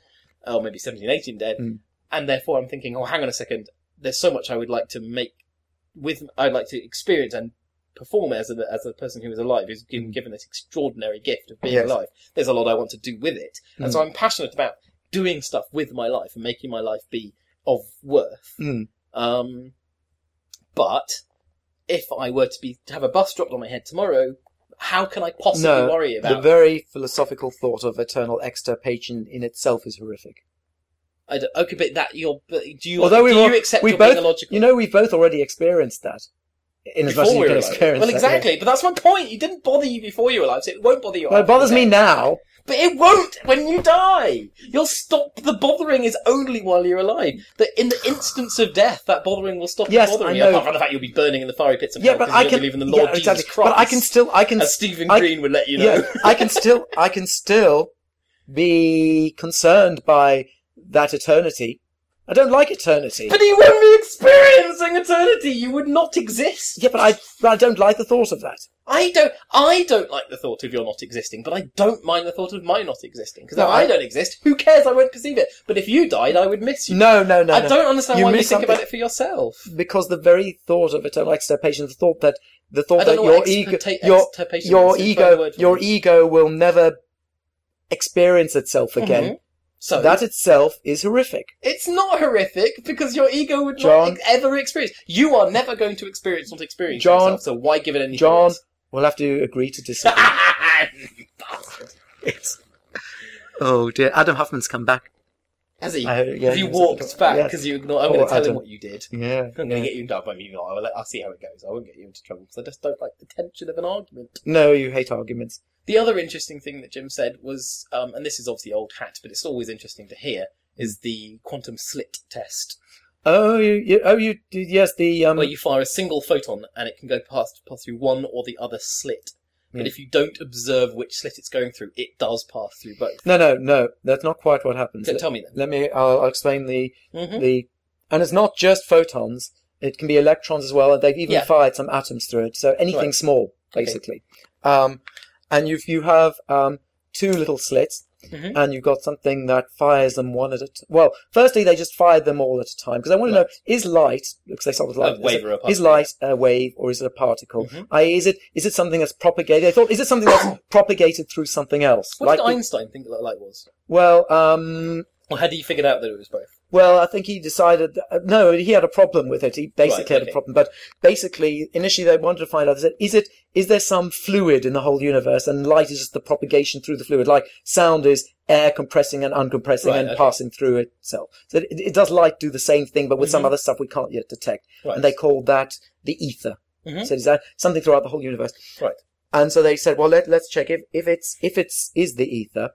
Speaker 1: or maybe seventy and eighty and dead,
Speaker 2: Mm.
Speaker 1: and therefore I'm thinking, oh, hang on a second. There's so much I would like to make with. I'd like to experience and perform as a as a person who is alive, who's given, given this extraordinary gift of being
Speaker 2: Mm. Yes. Mm.
Speaker 1: alive. There's a lot I want to do with it, and so I'm passionate about doing stuff with my life and making my life be of worth.
Speaker 2: Mm.
Speaker 1: Um, but if I were to be to have a bus dropped on my head tomorrow, how can I possibly
Speaker 2: No,
Speaker 1: worry
Speaker 2: The
Speaker 1: about?
Speaker 2: very philosophical thought of eternal extirpation in itself is horrific.
Speaker 1: I don't- okay, but that you're. But do you?
Speaker 2: Although we
Speaker 1: do
Speaker 2: were-
Speaker 1: you accept
Speaker 2: we
Speaker 1: you're being
Speaker 2: both,
Speaker 1: illogical?
Speaker 2: you know, we've both already experienced that. In as much as
Speaker 1: before
Speaker 2: you
Speaker 1: we
Speaker 2: can
Speaker 1: were alive.
Speaker 2: experience
Speaker 1: Well,
Speaker 2: that, yeah.
Speaker 1: exactly. But that's my point. It didn't bother you before you were alive, so it won't bother you.
Speaker 2: Well, it
Speaker 1: after
Speaker 2: bothers me
Speaker 1: death.
Speaker 2: now.
Speaker 1: But it won't when you die. You'll stop. The bothering is only while you're alive. That in the instance of death, that bothering will stop
Speaker 2: Yes,
Speaker 1: bothering
Speaker 2: I
Speaker 1: you.
Speaker 2: know.
Speaker 1: Apart from the fact you'll be burning in the fiery pits of
Speaker 2: Yeah,
Speaker 1: hell
Speaker 2: but
Speaker 1: because you
Speaker 2: I
Speaker 1: don't
Speaker 2: can.
Speaker 1: believe in the Lord
Speaker 2: yeah,
Speaker 1: Jesus
Speaker 2: exactly.
Speaker 1: Christ.
Speaker 2: But I can still. I can.
Speaker 1: As Stephen
Speaker 2: I-
Speaker 1: Green would let you know.
Speaker 2: yeah, I can still. I can still be concerned by that eternity. I don't like eternity.
Speaker 1: But you wouldn't be experiencing eternity. You would not exist.
Speaker 2: yeah, but I. But I don't like the thought of that.
Speaker 1: I don't. I don't like the thought of your not existing, but I don't mind the thought of my not existing. Because
Speaker 2: No,
Speaker 1: if I,
Speaker 2: I-
Speaker 1: don't exist, who cares? I won't perceive it. But if you died, I would miss you.
Speaker 2: No, no, no.
Speaker 1: I
Speaker 2: no.
Speaker 1: don't understand
Speaker 2: You
Speaker 1: why you think
Speaker 2: miss
Speaker 1: about
Speaker 2: something-
Speaker 1: it for yourself.
Speaker 2: Because the very thought of eternal extirpation, the thought that the
Speaker 1: I
Speaker 2: thought
Speaker 1: don't
Speaker 2: that
Speaker 1: know
Speaker 2: your
Speaker 1: what
Speaker 2: ego,
Speaker 1: extirpata-
Speaker 2: your
Speaker 1: extirpation
Speaker 2: your
Speaker 1: is. It's not a
Speaker 2: ego,
Speaker 1: word for
Speaker 2: your e-,
Speaker 1: it.
Speaker 2: ego will never experience itself again.
Speaker 1: So
Speaker 2: That itself is horrific.
Speaker 1: it's not horrific because your ego would
Speaker 2: John-
Speaker 1: not ex- ever experience. You are never going to experience not experience
Speaker 2: John-
Speaker 1: yourself. So why give it any?
Speaker 2: John,
Speaker 1: thought?
Speaker 2: we'll have to agree to disagree.
Speaker 1: Bastard.
Speaker 2: It's- Oh dear, Adam Huffman's come back.
Speaker 1: Has he?
Speaker 2: I- yeah,
Speaker 1: Have you
Speaker 2: he's-
Speaker 1: walked back
Speaker 2: yes.
Speaker 1: because you ignored? I'm going
Speaker 2: Oh,
Speaker 1: to tell him
Speaker 2: Adam.
Speaker 1: what you did.
Speaker 2: Yeah.
Speaker 1: I'm going to get you into. I mean, you know, I'll, I'll see how it goes. I won't get you into trouble because I just don't like the tension of an argument.
Speaker 2: No, you hate arguments.
Speaker 1: The other interesting thing that Jim said was, um, and this is obviously old hat, but it's always interesting to hear, is the quantum slit test,
Speaker 2: Oh, you, you oh, you, yes, the um,
Speaker 1: where you fire a single photon and it can go past pass through one or the other slit. But
Speaker 2: Yeah.
Speaker 1: if you don't observe which slit it's going through, it does pass through both.
Speaker 2: no, no, no, that's not quite what happens.
Speaker 1: So tell me then.
Speaker 2: Let me, I'll, I'll explain the
Speaker 1: Mm-hmm.
Speaker 2: the, and it's not just photons. It can be electrons as well, and they've even
Speaker 1: Yeah.
Speaker 2: fired some atoms through it. So anything
Speaker 1: Right.
Speaker 2: small,
Speaker 1: Okay.
Speaker 2: basically. Um, and you you have um, two little slits,
Speaker 1: Mhm.
Speaker 2: and you've got something that fires them one at a t- well firstly they just fire them all at a time because i want to know is light because they start with light
Speaker 1: A wave or a
Speaker 2: is
Speaker 1: particle. Mm-hmm.
Speaker 2: light a wave or is it a particle i.e. is it is it something that's propagated i thought is it something that's propagated through something else
Speaker 1: What
Speaker 2: Like
Speaker 1: did
Speaker 2: the-
Speaker 1: Einstein think that light was?
Speaker 2: well um
Speaker 1: Or had he figured out that it was both?
Speaker 2: well, I think he decided. That, uh, no, he had a problem with it. He basically
Speaker 1: Right,
Speaker 2: had a
Speaker 1: okay.
Speaker 2: problem, but basically, initially they wanted to find out: is it, is it is there some fluid in the whole universe, and light is just the propagation through the fluid, like sound is air compressing and uncompressing
Speaker 1: Right,
Speaker 2: and
Speaker 1: okay.
Speaker 2: passing through itself. So it, it does light do the same thing, but with
Speaker 1: Mm-hmm.
Speaker 2: some other stuff we can't yet detect,
Speaker 1: Right.
Speaker 2: and they called that the ether.
Speaker 1: Mhm.
Speaker 2: So is that something throughout the whole universe?
Speaker 1: Right.
Speaker 2: And so they said, well, let, let's check if, if it's if it's is the ether,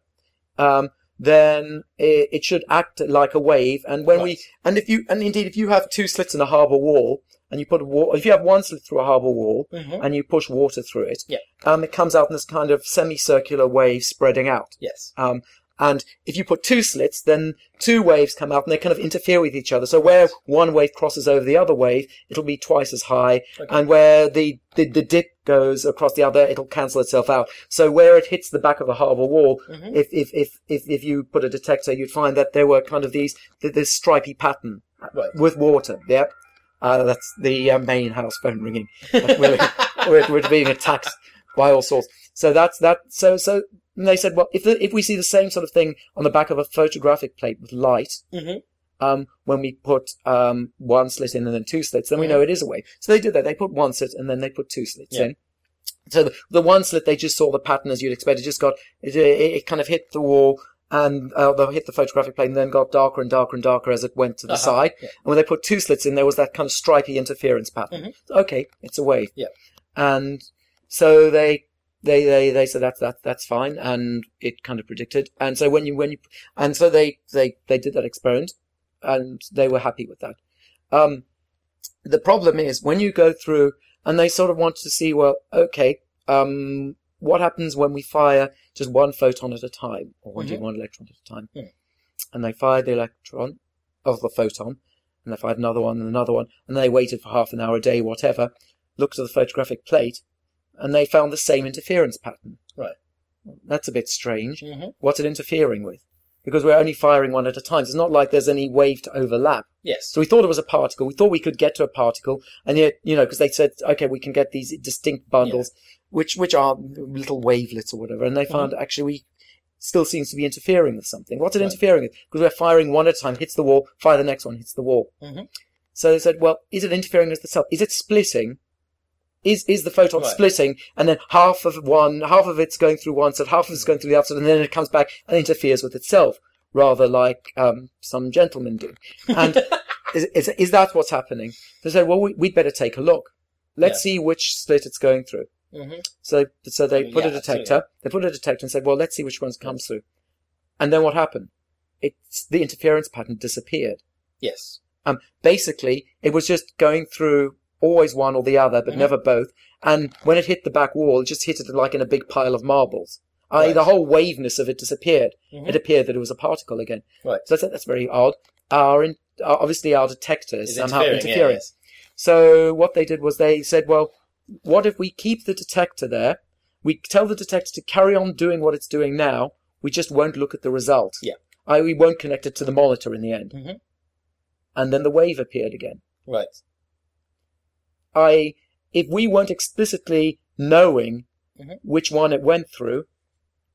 Speaker 2: um, then it, it should act like a wave. And when we
Speaker 1: Right.
Speaker 2: and if you and indeed if you have two slits in a harbour wall and you put water, if you have one slit through a harbour wall
Speaker 1: Mhm.
Speaker 2: and you push water through it,
Speaker 1: Yeah.
Speaker 2: um, it comes out in this kind of semicircular wave spreading out.
Speaker 1: Yes.
Speaker 2: Um, and if you put two slits, then two waves come out and they kind of interfere with each other. So where one wave crosses over the other wave, it'll be twice as high. And where the, the, the dip goes across the other, it'll cancel itself out. So where it hits the back of a harbour wall, if, if, if, if, if you put a detector, you'd find that there were kind of these, th- this stripy pattern
Speaker 1: Right.
Speaker 2: with water. Yeah. Uh, that's the uh, main house phone ringing. we're, we're, we're being attacked by all sorts. So that's that. So so and they said, well, if the, if we see the same sort of thing on the back of a photographic plate with light,
Speaker 1: Mhm.
Speaker 2: um, when we put um, one slit in and then two slits, then we know it is a wave. So they did that. They put one slit and then they put two slits
Speaker 1: Yeah.
Speaker 2: in. So the, the one slit they just saw the pattern as you'd expect. It just got it, it, it kind of hit the wall and uh, they hit the photographic plate and then got darker and darker and darker as it went to the
Speaker 1: Uh-huh.
Speaker 2: side.
Speaker 1: Yeah. Mm-hmm.
Speaker 2: And when they put two slits in, there was that kind of stripy interference pattern. Okay, it's a wave.
Speaker 1: Yeah.
Speaker 2: And so they they they they said that's that that's fine, and it kind of predicted. And so when you when you and so they they they did that experiment, and they were happy with that. Um, the problem is when you go through and they sort of want to see well okay um what happens when we fire just one photon at a time or one
Speaker 1: Mhm.
Speaker 2: one electron at a time
Speaker 1: Yeah.
Speaker 2: and they fired the electron of the photon and they fired another one and another one and they waited for half an hour a day whatever looked at the photographic plate and they found the same interference pattern
Speaker 1: Right.
Speaker 2: that's a bit strange
Speaker 1: Mhm.
Speaker 2: what's it interfering with because we're only firing one at a time so it's not like there's any wave to overlap
Speaker 1: Yes.
Speaker 2: so we thought it was a particle. We thought we could get to a particle, and yet you know because they said okay, we can get these distinct bundles, which which are little wavelets or whatever, and they found actually we still seems to be interfering with something. What's it
Speaker 1: Mm-hmm. Right.
Speaker 2: interfering with? Because we're firing one at a time, hits the wall, fire the next one, hits the wall.
Speaker 1: Mhm.
Speaker 2: So they said, well, is it interfering with itself? Is it splitting? Is is the photon
Speaker 1: Right.
Speaker 2: splitting, and then half of one, half of it's going through one side, half
Speaker 1: Mm-hmm.
Speaker 2: of it's going through the other side, and then it comes back and interferes with itself, rather like um, some gentlemen do. And is, is, is that what's happening? They said, well, we, we'd better take a look. Let's see which slit it's going through.
Speaker 1: Mhm.
Speaker 2: So, so they
Speaker 1: Yeah,
Speaker 2: put a
Speaker 1: absolutely.
Speaker 2: detector. They put a detector and said, well, let's see which ones comes through. And then what happened? It's the interference pattern disappeared.
Speaker 1: Yes.
Speaker 2: Um, basically, it was just going through always one or the other,
Speaker 1: Mm-hmm.
Speaker 2: but never both. And when it hit the back wall, it just hit it like in a big pile of marbles. I.e.,
Speaker 1: Right.
Speaker 2: the whole waveness of it disappeared.
Speaker 1: Mhm.
Speaker 2: It appeared that it was a particle again.
Speaker 1: Right.
Speaker 2: So that's, that's very odd. Our in, uh, obviously our detectors
Speaker 1: It's
Speaker 2: somehow interfering.
Speaker 1: yeah, yes.
Speaker 2: So what they did was they said, well, what if we keep the detector there? We tell the detector to carry on doing what it's doing now. We just won't look at the result.
Speaker 1: Yeah.
Speaker 2: I, we won't connect it to the monitor in the end.
Speaker 1: Mhm.
Speaker 2: And then the wave appeared again.
Speaker 1: Right.
Speaker 2: I, if we weren't explicitly knowing
Speaker 1: Mhm.
Speaker 2: which one it went through,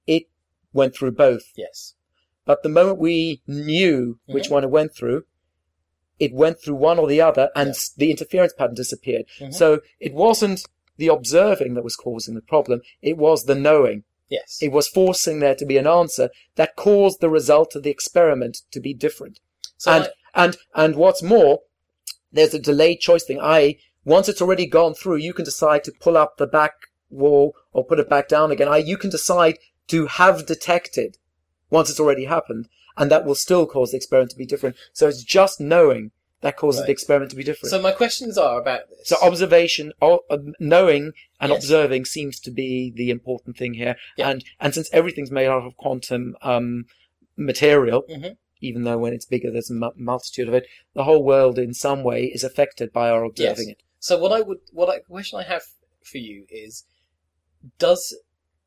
Speaker 2: it went through both.
Speaker 1: Yes.
Speaker 2: But the moment we knew which one it went through, it went through one or the other, and
Speaker 1: Yeah.
Speaker 2: s the interference pattern disappeared.
Speaker 1: Mhm.
Speaker 2: So it wasn't the observing that was causing the problem; it was the knowing.
Speaker 1: Yes.
Speaker 2: It was forcing there to be an answer that caused the result of the experiment to be different.
Speaker 1: So
Speaker 2: and
Speaker 1: I-
Speaker 2: and and what's more, there's a delayed choice thing. I once it's already gone through, you can decide to pull up the back wall or put it back down again. I you can decide to have detected once it's already happened, and that will still cause the experiment to be different. So it's just knowing that causes
Speaker 1: Right.
Speaker 2: the experiment to be different.
Speaker 1: so my questions are about this.
Speaker 2: So observation, o- um, knowing and
Speaker 1: Yes.
Speaker 2: observing seems to be the important thing here.
Speaker 1: Yeah.
Speaker 2: And and since everything's made out of quantum um, material,
Speaker 1: Mhm.
Speaker 2: even though when it's bigger there's a mu- multitude of it, the whole world in some way is affected by our observing it.
Speaker 1: So what I would, what I, question I have for you is, does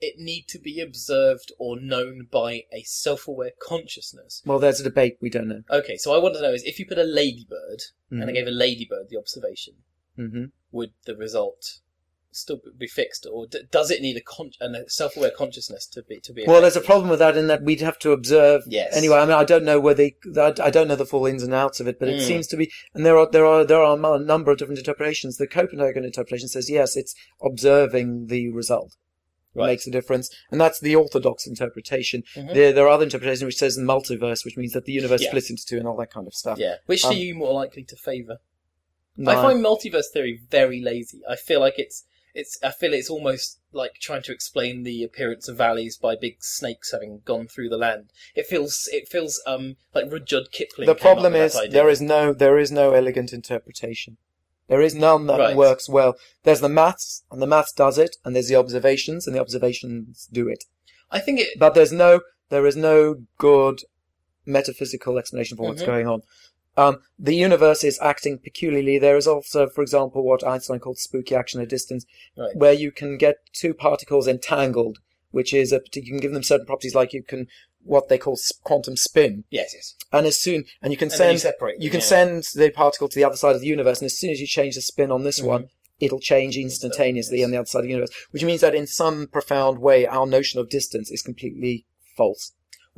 Speaker 1: it need to be observed or known by a self-aware consciousness?
Speaker 2: Well, there's a debate we don't know.
Speaker 1: Okay, so I want to know is if you put a ladybird and I
Speaker 2: Mhm.
Speaker 1: gave a ladybird the observation,
Speaker 2: hmm
Speaker 1: would the result still be fixed, or d- does it need a, con- a self-aware consciousness to be to be?
Speaker 2: Well, there's a problem with that in that we'd have to observe.
Speaker 1: Yes.
Speaker 2: Anyway, I mean, I don't know whether I I don't know the full ins and outs of it, but it
Speaker 1: Mm.
Speaker 2: seems to be, and there are there are there are a number of different interpretations. The Copenhagen interpretation says yes, it's observing the result that
Speaker 1: Right.
Speaker 2: makes a difference, and that's the orthodox interpretation.
Speaker 1: Mhm.
Speaker 2: There there are other interpretations which says multiverse, which means that the universe
Speaker 1: Yeah.
Speaker 2: splits into two and all that kind of stuff.
Speaker 1: yeah, which
Speaker 2: Um,
Speaker 1: are you more likely to favour?
Speaker 2: No.
Speaker 1: I find multiverse theory very lazy. I feel like it's it's I feel it's almost like trying to explain the appearance of valleys by big snakes having gone through the land. It feels it feels um like Rudyard Kipling.
Speaker 2: the
Speaker 1: came up
Speaker 2: problem
Speaker 1: with that
Speaker 2: is
Speaker 1: idea.
Speaker 2: there is no there is no elegant interpretation. There is none that
Speaker 1: Right.
Speaker 2: works well. There's the maths, and the maths does it, and there's the observations, and the observations do it.
Speaker 1: I think it
Speaker 2: but there's no there is no good metaphysical explanation for what's
Speaker 1: Mhm.
Speaker 2: going on. Um, the universe is acting peculiarly. There is also, for example, what Einstein called spooky action at distance,
Speaker 1: Right.
Speaker 2: where you can get two particles entangled, which is a partic- you can give them certain properties, like you can what they call s- quantum spin,
Speaker 1: yes yes
Speaker 2: and as soon and you can
Speaker 1: And then
Speaker 2: send
Speaker 1: you separate them,
Speaker 2: you can
Speaker 1: yeah.
Speaker 2: send the particle to the other side of the universe, and as soon as you change the spin on this one, it'll change instantaneously
Speaker 1: Mm-hmm. yes.
Speaker 2: on the other side of the universe, which means that in some profound way, our notion of distance is completely false.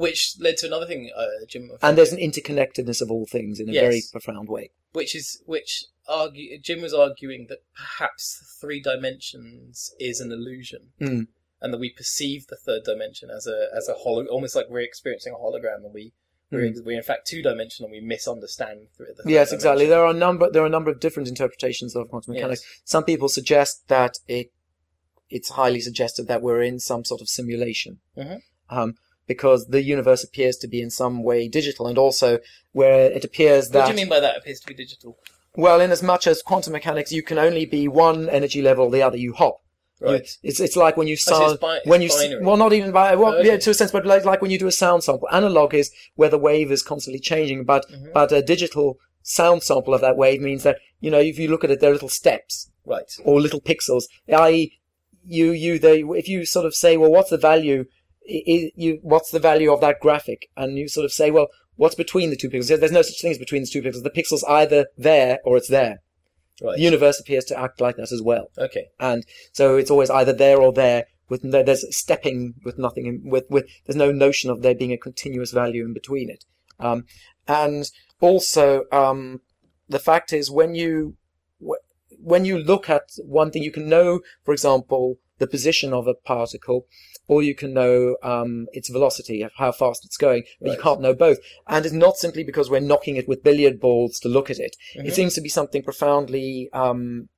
Speaker 1: which led to another thing uh, Jim
Speaker 2: And there's an interconnectedness of all things in a
Speaker 1: Yes.
Speaker 2: very profound way.
Speaker 1: which is which argue Jim was arguing that perhaps three dimensions is an illusion,
Speaker 2: Mm.
Speaker 1: and that we perceive the third dimension as a as a holo, almost like we're experiencing a hologram, and we we're, we're in fact two dimensional, and we misunderstand th- the. third
Speaker 2: Hmm. Yes, exactly.
Speaker 1: dimension.
Speaker 2: There are a number there are a number of different interpretations of quantum mechanics. Some people suggest that it it's highly suggested that we're in some sort of simulation.
Speaker 1: Mhm.
Speaker 2: Um, because the universe appears to be in some way digital, and also where it appears that
Speaker 1: What do you mean by that? Appears to be digital.
Speaker 2: Well, in as much as quantum mechanics, you can only be one energy level or the other. You hop. You-
Speaker 1: Right.
Speaker 2: it's it's like when you
Speaker 1: so
Speaker 2: sound
Speaker 1: it's bi- it's
Speaker 2: when you s-
Speaker 1: binary.
Speaker 2: well not even by well
Speaker 1: Okay.
Speaker 2: yeah to a sense but like, like when you do a sound sample. Analog is where the wave is constantly changing, but
Speaker 1: Mhm.
Speaker 2: but a digital sound sample of that wave means that you know if you look at it, they're little steps
Speaker 1: Right.
Speaker 2: or little pixels. I.e., you you they if you sort of say well what's the value i i- you what's the value of that graphic and you sort of say well what's between the two pixels? There's no such thing as between the two pixels. The pixel's either there or it's there
Speaker 1: Right.
Speaker 2: the universe appears to act like that as well
Speaker 1: okay.
Speaker 2: and so it's always either there or there with no, there's stepping with nothing in, with with there's no notion of there being a continuous value in between it um, and also um, the fact is when you wh- when you look at one thing you can know for example the position of a particle or you can know um, its velocity of how fast it's going but
Speaker 1: Right.
Speaker 2: you can't know both and it's not simply because we're knocking it with billiard balls to look at it
Speaker 1: Mhm.
Speaker 2: it seems to be something profoundly um,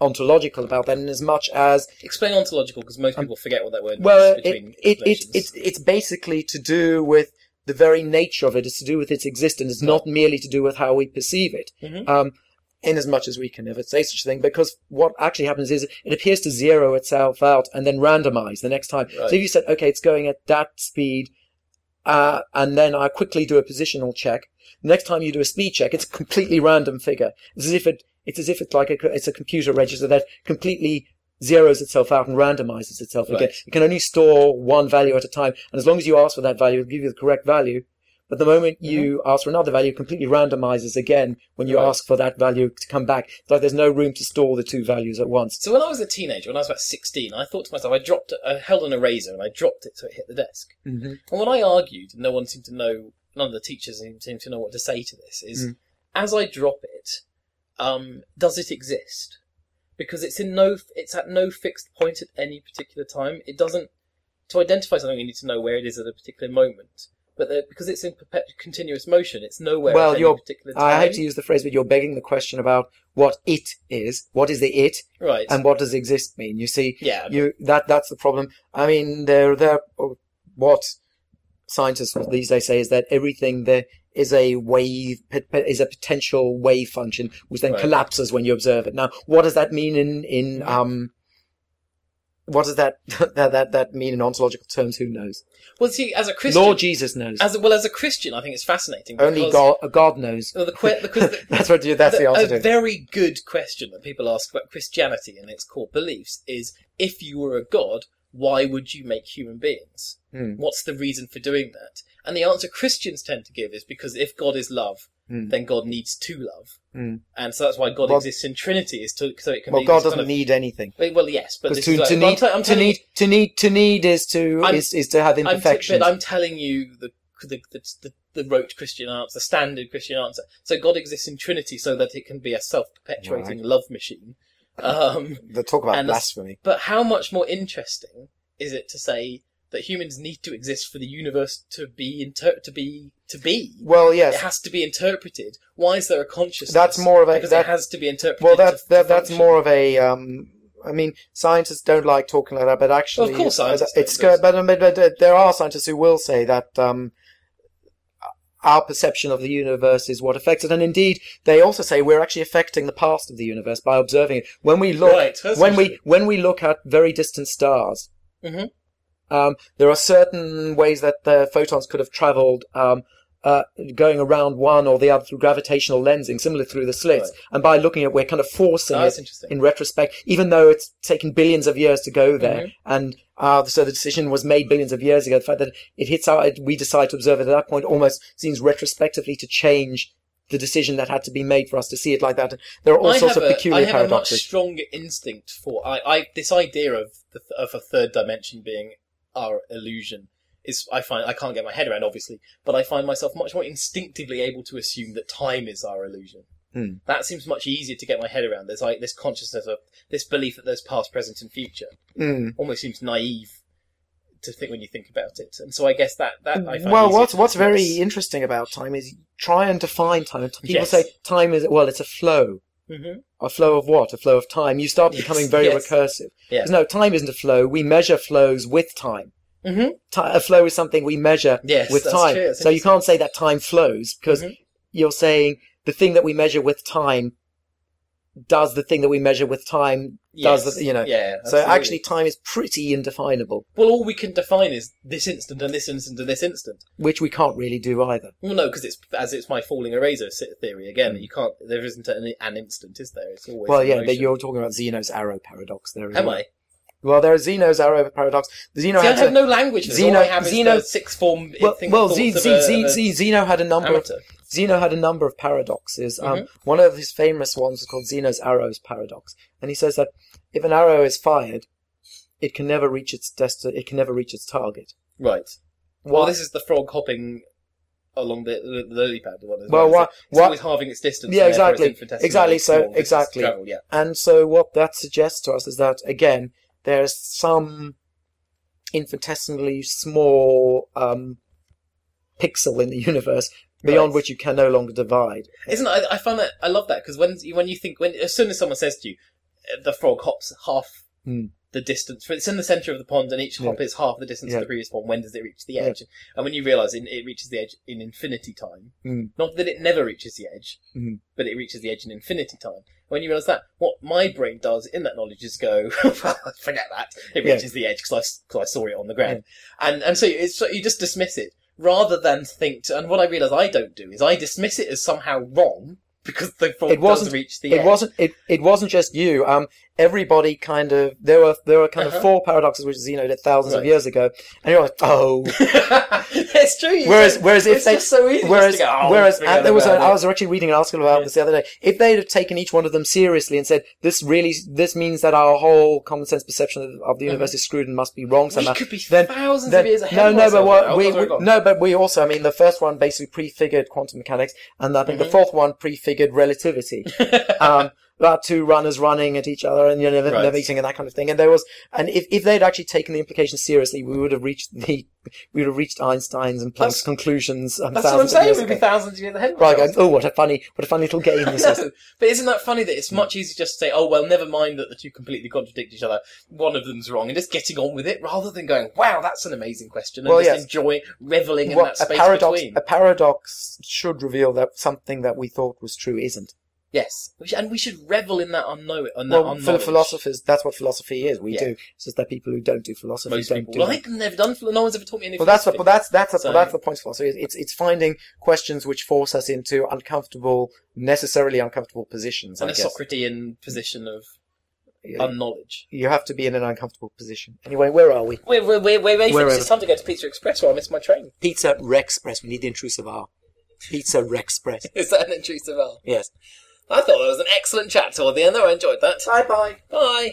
Speaker 2: ontological about that in as much as
Speaker 1: Explain ontological because most people forget what that word
Speaker 2: Um, well uh,
Speaker 1: means
Speaker 2: it,
Speaker 1: between
Speaker 2: it, it,
Speaker 1: explanations.
Speaker 2: it's, it's basically to do with the very nature of it it's to do with its existence it's not merely to do with how we perceive it
Speaker 1: Mhm.
Speaker 2: um, in as much as we can ever say such a thing because what actually happens is it appears to zero itself out and then randomize the next time so
Speaker 1: Right.
Speaker 2: if you said okay it's going at that speed uh, and then I quickly do a positional check. Next time you do a speed check, it's a completely random figure. It's as if it, it's as if it's like a, co- it's a computer register that completely zeroes itself out and randomizes itself again.
Speaker 1: Right.
Speaker 2: It can only store one value at a time, and as long as you ask for that value, it'll give you the correct value. But the moment you ask for another value, it completely randomizes again when you
Speaker 1: Mm-hmm. Right.
Speaker 2: ask for that value to come back. It's like there's no room to store the two values at once.
Speaker 1: So when I was a teenager, when I was about sixteen, I thought to myself, I dropped, I held an eraser and I dropped it so it hit the desk.
Speaker 2: Mm-hmm.
Speaker 1: And what I argued, and no one seemed to know, none of the teachers seemed, seemed to know what to say to this, is
Speaker 2: Mm.
Speaker 1: as I drop it, um, does it exist? Because it's in no, it's at no fixed point at any particular time. It doesn't. To identify something, you need to know where it is at a particular moment. But the, because it's in perpetual, continuous motion, it's nowhere
Speaker 2: Well,
Speaker 1: at any
Speaker 2: you're-
Speaker 1: particular time.
Speaker 2: I hate to use the phrase, but you're begging the question about what it is. What is the it?
Speaker 1: right.
Speaker 2: and what does exist mean? You see,
Speaker 1: yeah.
Speaker 2: you that that's the problem. I mean, there there what scientists these days say is that everything there is a wave is a potential wave function which then
Speaker 1: Right. Mm-hmm.
Speaker 2: collapses when you observe it. Now, what does that mean in in um? What does that that that, that mean in ontological terms? Who knows?
Speaker 1: Well, see, as a Christian,
Speaker 2: Lord Jesus knows.
Speaker 1: as a, well as a Christian, I think it's fascinating.
Speaker 2: Only
Speaker 1: because-
Speaker 2: God, uh, God knows.
Speaker 1: Well, the, que- because the,
Speaker 2: that's what you, that's the, answer to
Speaker 1: a
Speaker 2: it.
Speaker 1: very good question that people ask about Christianity and its core beliefs is if you were a god, why would you make human beings?
Speaker 2: Hmm.
Speaker 1: What's the reason for doing that? And the answer Christians tend to give is because if God is love,
Speaker 2: Hmm.
Speaker 1: then God needs to love.
Speaker 2: Hmm.
Speaker 1: And so that's why God
Speaker 2: Well-
Speaker 1: exists in Trinity, is to so it can
Speaker 2: Well,
Speaker 1: be
Speaker 2: God
Speaker 1: this
Speaker 2: doesn't
Speaker 1: kind of-
Speaker 2: need anything.
Speaker 1: Well, Well, yes, but
Speaker 2: Because
Speaker 1: this
Speaker 2: to,
Speaker 1: is like-
Speaker 2: to
Speaker 1: well, I'm
Speaker 2: need
Speaker 1: tell- I'm
Speaker 2: to
Speaker 1: telling you-
Speaker 2: need to need to need is to
Speaker 1: I'm-
Speaker 2: is, is to have
Speaker 1: I'm t-
Speaker 2: imperfections.
Speaker 1: but I'm telling you the the, the, the the rote Christian answer, the standard Christian answer. So God exists in Trinity so that it can be a self-perpetuating love machine. Um,
Speaker 2: the talk about
Speaker 1: and the-
Speaker 2: blasphemy.
Speaker 1: but how much more interesting is it to say that humans need to exist for the universe to be inter- to be to be?
Speaker 2: Well,
Speaker 1: It
Speaker 2: yes,
Speaker 1: has to be interpreted. Why is there a consciousness?
Speaker 2: That's more of a-
Speaker 1: because it
Speaker 2: that-
Speaker 1: has to be interpreted.
Speaker 2: well
Speaker 1: to-
Speaker 2: that,
Speaker 1: to
Speaker 2: that that's
Speaker 1: function.
Speaker 2: more of a um I mean, scientists don't like talking like that, but actually,
Speaker 1: Well, of course
Speaker 2: it's,
Speaker 1: scientists
Speaker 2: it's
Speaker 1: don't,
Speaker 2: good. But, but, but there are scientists who will say that um, our perception of the universe is what affects it, and indeed, they also say we're actually affecting the past of the universe by observing it. When we look,
Speaker 1: Right, that's
Speaker 2: when we
Speaker 1: interesting.
Speaker 2: when we look at very distant stars,
Speaker 1: Mhm.
Speaker 2: um, there are certain ways that the photons could have travelled. Um, uh, going around one or the other through gravitational lensing, similar through the slits, and by looking at it, we're kind of forcing
Speaker 1: Oh,
Speaker 2: it
Speaker 1: that's interesting. Mm-hmm.
Speaker 2: in retrospect, even though it's taken billions of years to go there, and uh, so the decision was made billions of years ago. The fact that it hits our, it, we decide to observe it at that point almost seems retrospectively to change the decision that had to be made for us to see it like that. There are all
Speaker 1: I
Speaker 2: sorts
Speaker 1: have
Speaker 2: of
Speaker 1: a- I
Speaker 2: peculiar
Speaker 1: have a much
Speaker 2: paradoxes.
Speaker 1: stronger instinct for I, I this idea of the, th- of a third dimension being our illusion is I find I can't get my head around obviously, but I find myself much more instinctively able to assume that time is our illusion.
Speaker 2: Hmm.
Speaker 1: That seems much easier to get my head around. There's like this consciousness of this belief that there's past, present, and future.
Speaker 2: Mm.
Speaker 1: Almost seems naive to think when you think about it, and so I guess that that I find
Speaker 2: Well,
Speaker 1: easier
Speaker 2: what's
Speaker 1: to
Speaker 2: what's very
Speaker 1: dismiss.
Speaker 2: interesting about time is try and define time. People
Speaker 1: Yes.
Speaker 2: say time is well, it's a flow.
Speaker 1: Mhm.
Speaker 2: A flow of what? A flow of time. You start
Speaker 1: Yes,
Speaker 2: becoming very
Speaker 1: yes.
Speaker 2: recursive.
Speaker 1: Yeah.
Speaker 2: 'Cause no, time isn't a flow. We measure flows with time.
Speaker 1: Mhm.
Speaker 2: ti a flow is something we measure
Speaker 1: Yes,
Speaker 2: with
Speaker 1: that's
Speaker 2: time.
Speaker 1: true. That's
Speaker 2: So you
Speaker 1: interesting.
Speaker 2: can't say that time flows because
Speaker 1: Mhm.
Speaker 2: you're saying the thing that we measure with time does the thing that we measure with time does
Speaker 1: Yes.
Speaker 2: the, you know.
Speaker 1: Yeah.
Speaker 2: So
Speaker 1: absolutely.
Speaker 2: actually, time is pretty indefinable,
Speaker 1: Well, all we can define is this instant and this instant and this instant.
Speaker 2: which we can't really do either.
Speaker 1: Well, no, because it's as it's my falling eraser se- theory again. You can't. There isn't an, an instant, is there? It's always.
Speaker 2: well,
Speaker 1: in
Speaker 2: yeah, but
Speaker 1: motion.
Speaker 2: you're talking about Zeno's arrow paradox there. as
Speaker 1: Am
Speaker 2: well.
Speaker 1: I?
Speaker 2: Well, there is Zeno's arrow paradox. Zeno
Speaker 1: See, I
Speaker 2: had
Speaker 1: have
Speaker 2: a-
Speaker 1: no language. for this.
Speaker 2: Zeno-
Speaker 1: all I have is
Speaker 2: Zeno-
Speaker 1: the sixth form.
Speaker 2: well,
Speaker 1: thing
Speaker 2: well
Speaker 1: thoughts
Speaker 2: Z,
Speaker 1: of
Speaker 2: Z,
Speaker 1: a-
Speaker 2: Z,
Speaker 1: of a
Speaker 2: Z, Zeno had a number of
Speaker 1: amateur.
Speaker 2: Zeno had a number of paradoxes. Um,
Speaker 1: Mm-hmm.
Speaker 2: One of his famous ones was called Zeno's arrows paradox, and he says that if an arrow is fired, it can never reach its desti- It can never reach its target.
Speaker 1: Right.
Speaker 2: Why-
Speaker 1: Well, this is the frog hopping along the, the, the lily pad one. As
Speaker 2: Well,
Speaker 1: well,
Speaker 2: why-
Speaker 1: It's- it's
Speaker 2: why-
Speaker 1: always halving its distance.
Speaker 2: Yeah,
Speaker 1: and therefore it's
Speaker 2: exactly.
Speaker 1: infinitesimally
Speaker 2: Exactly, so-
Speaker 1: small distance to
Speaker 2: exactly.
Speaker 1: travel, yeah.
Speaker 2: And so what that suggests to us is that again, there's some infinitesimally small um, pixel in the universe beyond
Speaker 1: Right.
Speaker 2: which you can no longer divide.
Speaker 1: Isn't I, I find that I love that because when when you think when as soon as someone says to you, uh, the frog hops half
Speaker 2: Hmm.
Speaker 1: the distance. It's in the center of the pond, and each hop is half the distance
Speaker 2: Yeah.
Speaker 1: to the previous one. When does it reach the
Speaker 2: Yeah.
Speaker 1: edge? And when you realise it, it reaches the edge in infinity time,
Speaker 2: Hmm.
Speaker 1: not that it never reaches the edge,
Speaker 2: Hmm.
Speaker 1: but it reaches the edge in infinity time. When you realise that, what my brain does in that knowledge is go, forget that. It
Speaker 2: Yeah.
Speaker 1: reaches the edge because I, s- 'cause I saw it on the ground, and and so it's so you just dismiss it rather than think. To, and what I realise I don't do is I dismiss it as somehow wrong because the frog
Speaker 2: It wasn't-
Speaker 1: does reach the
Speaker 2: it
Speaker 1: edge.
Speaker 2: wasn't it, it wasn't just you um everybody kind of there were there were kind of
Speaker 1: Uh-huh.
Speaker 2: four paradoxes which Zeno did thousands of
Speaker 1: Right.
Speaker 2: years ago and you're like oh
Speaker 1: it's true. you
Speaker 2: whereas
Speaker 1: don't-
Speaker 2: whereas if
Speaker 1: it's
Speaker 2: they
Speaker 1: just so easy.
Speaker 2: whereas
Speaker 1: just to go, "Oh,
Speaker 2: whereas
Speaker 1: forget
Speaker 2: and there was a,
Speaker 1: about
Speaker 2: I
Speaker 1: it."
Speaker 2: was actually reading an article about this the other day if they'd have taken each one of them seriously and said this really this means that our whole common sense perception of, of the universe is screwed and must be wrong somehow
Speaker 1: we could Mm-hmm. be
Speaker 2: then-
Speaker 1: thousands
Speaker 2: then-
Speaker 1: of years ahead.
Speaker 2: no,
Speaker 1: of
Speaker 2: no, but
Speaker 1: ourselves
Speaker 2: what
Speaker 1: now.
Speaker 2: we,
Speaker 1: Oh, sorry,
Speaker 2: we-
Speaker 1: go on.
Speaker 2: no, but we also, I mean, the first one basically prefigured quantum mechanics, and I think
Speaker 1: Mm-hmm.
Speaker 2: the fourth one prefigured relativity. um, about two runners running at each other and you know, never,
Speaker 1: Right.
Speaker 2: never eating and that kind of thing. And there was, and if, if they'd actually taken the implications seriously, we would have reached the, we would have reached Einstein's and Planck's
Speaker 1: That's-
Speaker 2: conclusions. Um,
Speaker 1: that's what I'm
Speaker 2: thousands of
Speaker 1: saying.
Speaker 2: years
Speaker 1: We'd be
Speaker 2: ago.
Speaker 1: thousands of years ahead. of
Speaker 2: Right,
Speaker 1: ourselves.
Speaker 2: going, oh, what a funny, what a funny little game this is.
Speaker 1: No, but isn't that funny that it's much easier just to say, oh, well, never mind that the two completely contradict each other. One of them's wrong, and just getting on with it rather than going, wow, that's an amazing question, and
Speaker 2: Well,
Speaker 1: just
Speaker 2: yes.
Speaker 1: enjoying, reveling in
Speaker 2: Well,
Speaker 1: that
Speaker 2: a
Speaker 1: space
Speaker 2: paradox,
Speaker 1: between.
Speaker 2: a paradox should reveal that something that we thought was true isn't.
Speaker 1: Yes. We should- and we should revel in that unknown. On that
Speaker 2: Well, for the
Speaker 1: unknowledge.
Speaker 2: philosophers, that's what philosophy is. We
Speaker 1: Yeah.
Speaker 2: do. It's just that people who don't do philosophy
Speaker 1: Most
Speaker 2: don't
Speaker 1: people.
Speaker 2: do.
Speaker 1: Well,
Speaker 2: that.
Speaker 1: I've never done philosophy. No one's ever taught me any
Speaker 2: Well, that's what.
Speaker 1: philosophy.
Speaker 2: Well, that's that's the,
Speaker 1: So-
Speaker 2: that's the point of philosophy. It's it's finding questions which force us into uncomfortable, necessarily uncomfortable positions.
Speaker 1: and
Speaker 2: I
Speaker 1: a
Speaker 2: guess.
Speaker 1: Socratean position of
Speaker 2: You,
Speaker 1: unknowledge.
Speaker 2: you have to be in an uncomfortable position. Anyway, where are we?
Speaker 1: We're, we're, we're, we're
Speaker 2: Where
Speaker 1: racing.
Speaker 2: are
Speaker 1: It's time to go to Pizza Express or I miss my train.
Speaker 2: Pizza Rexpress. We need the intrusive R. Pizza Rexpress.
Speaker 1: Is that an intrusive hour?
Speaker 2: Yes.
Speaker 1: I thought it was an excellent chat toward the end, though. I enjoyed that.
Speaker 2: Bye bye.
Speaker 1: Bye.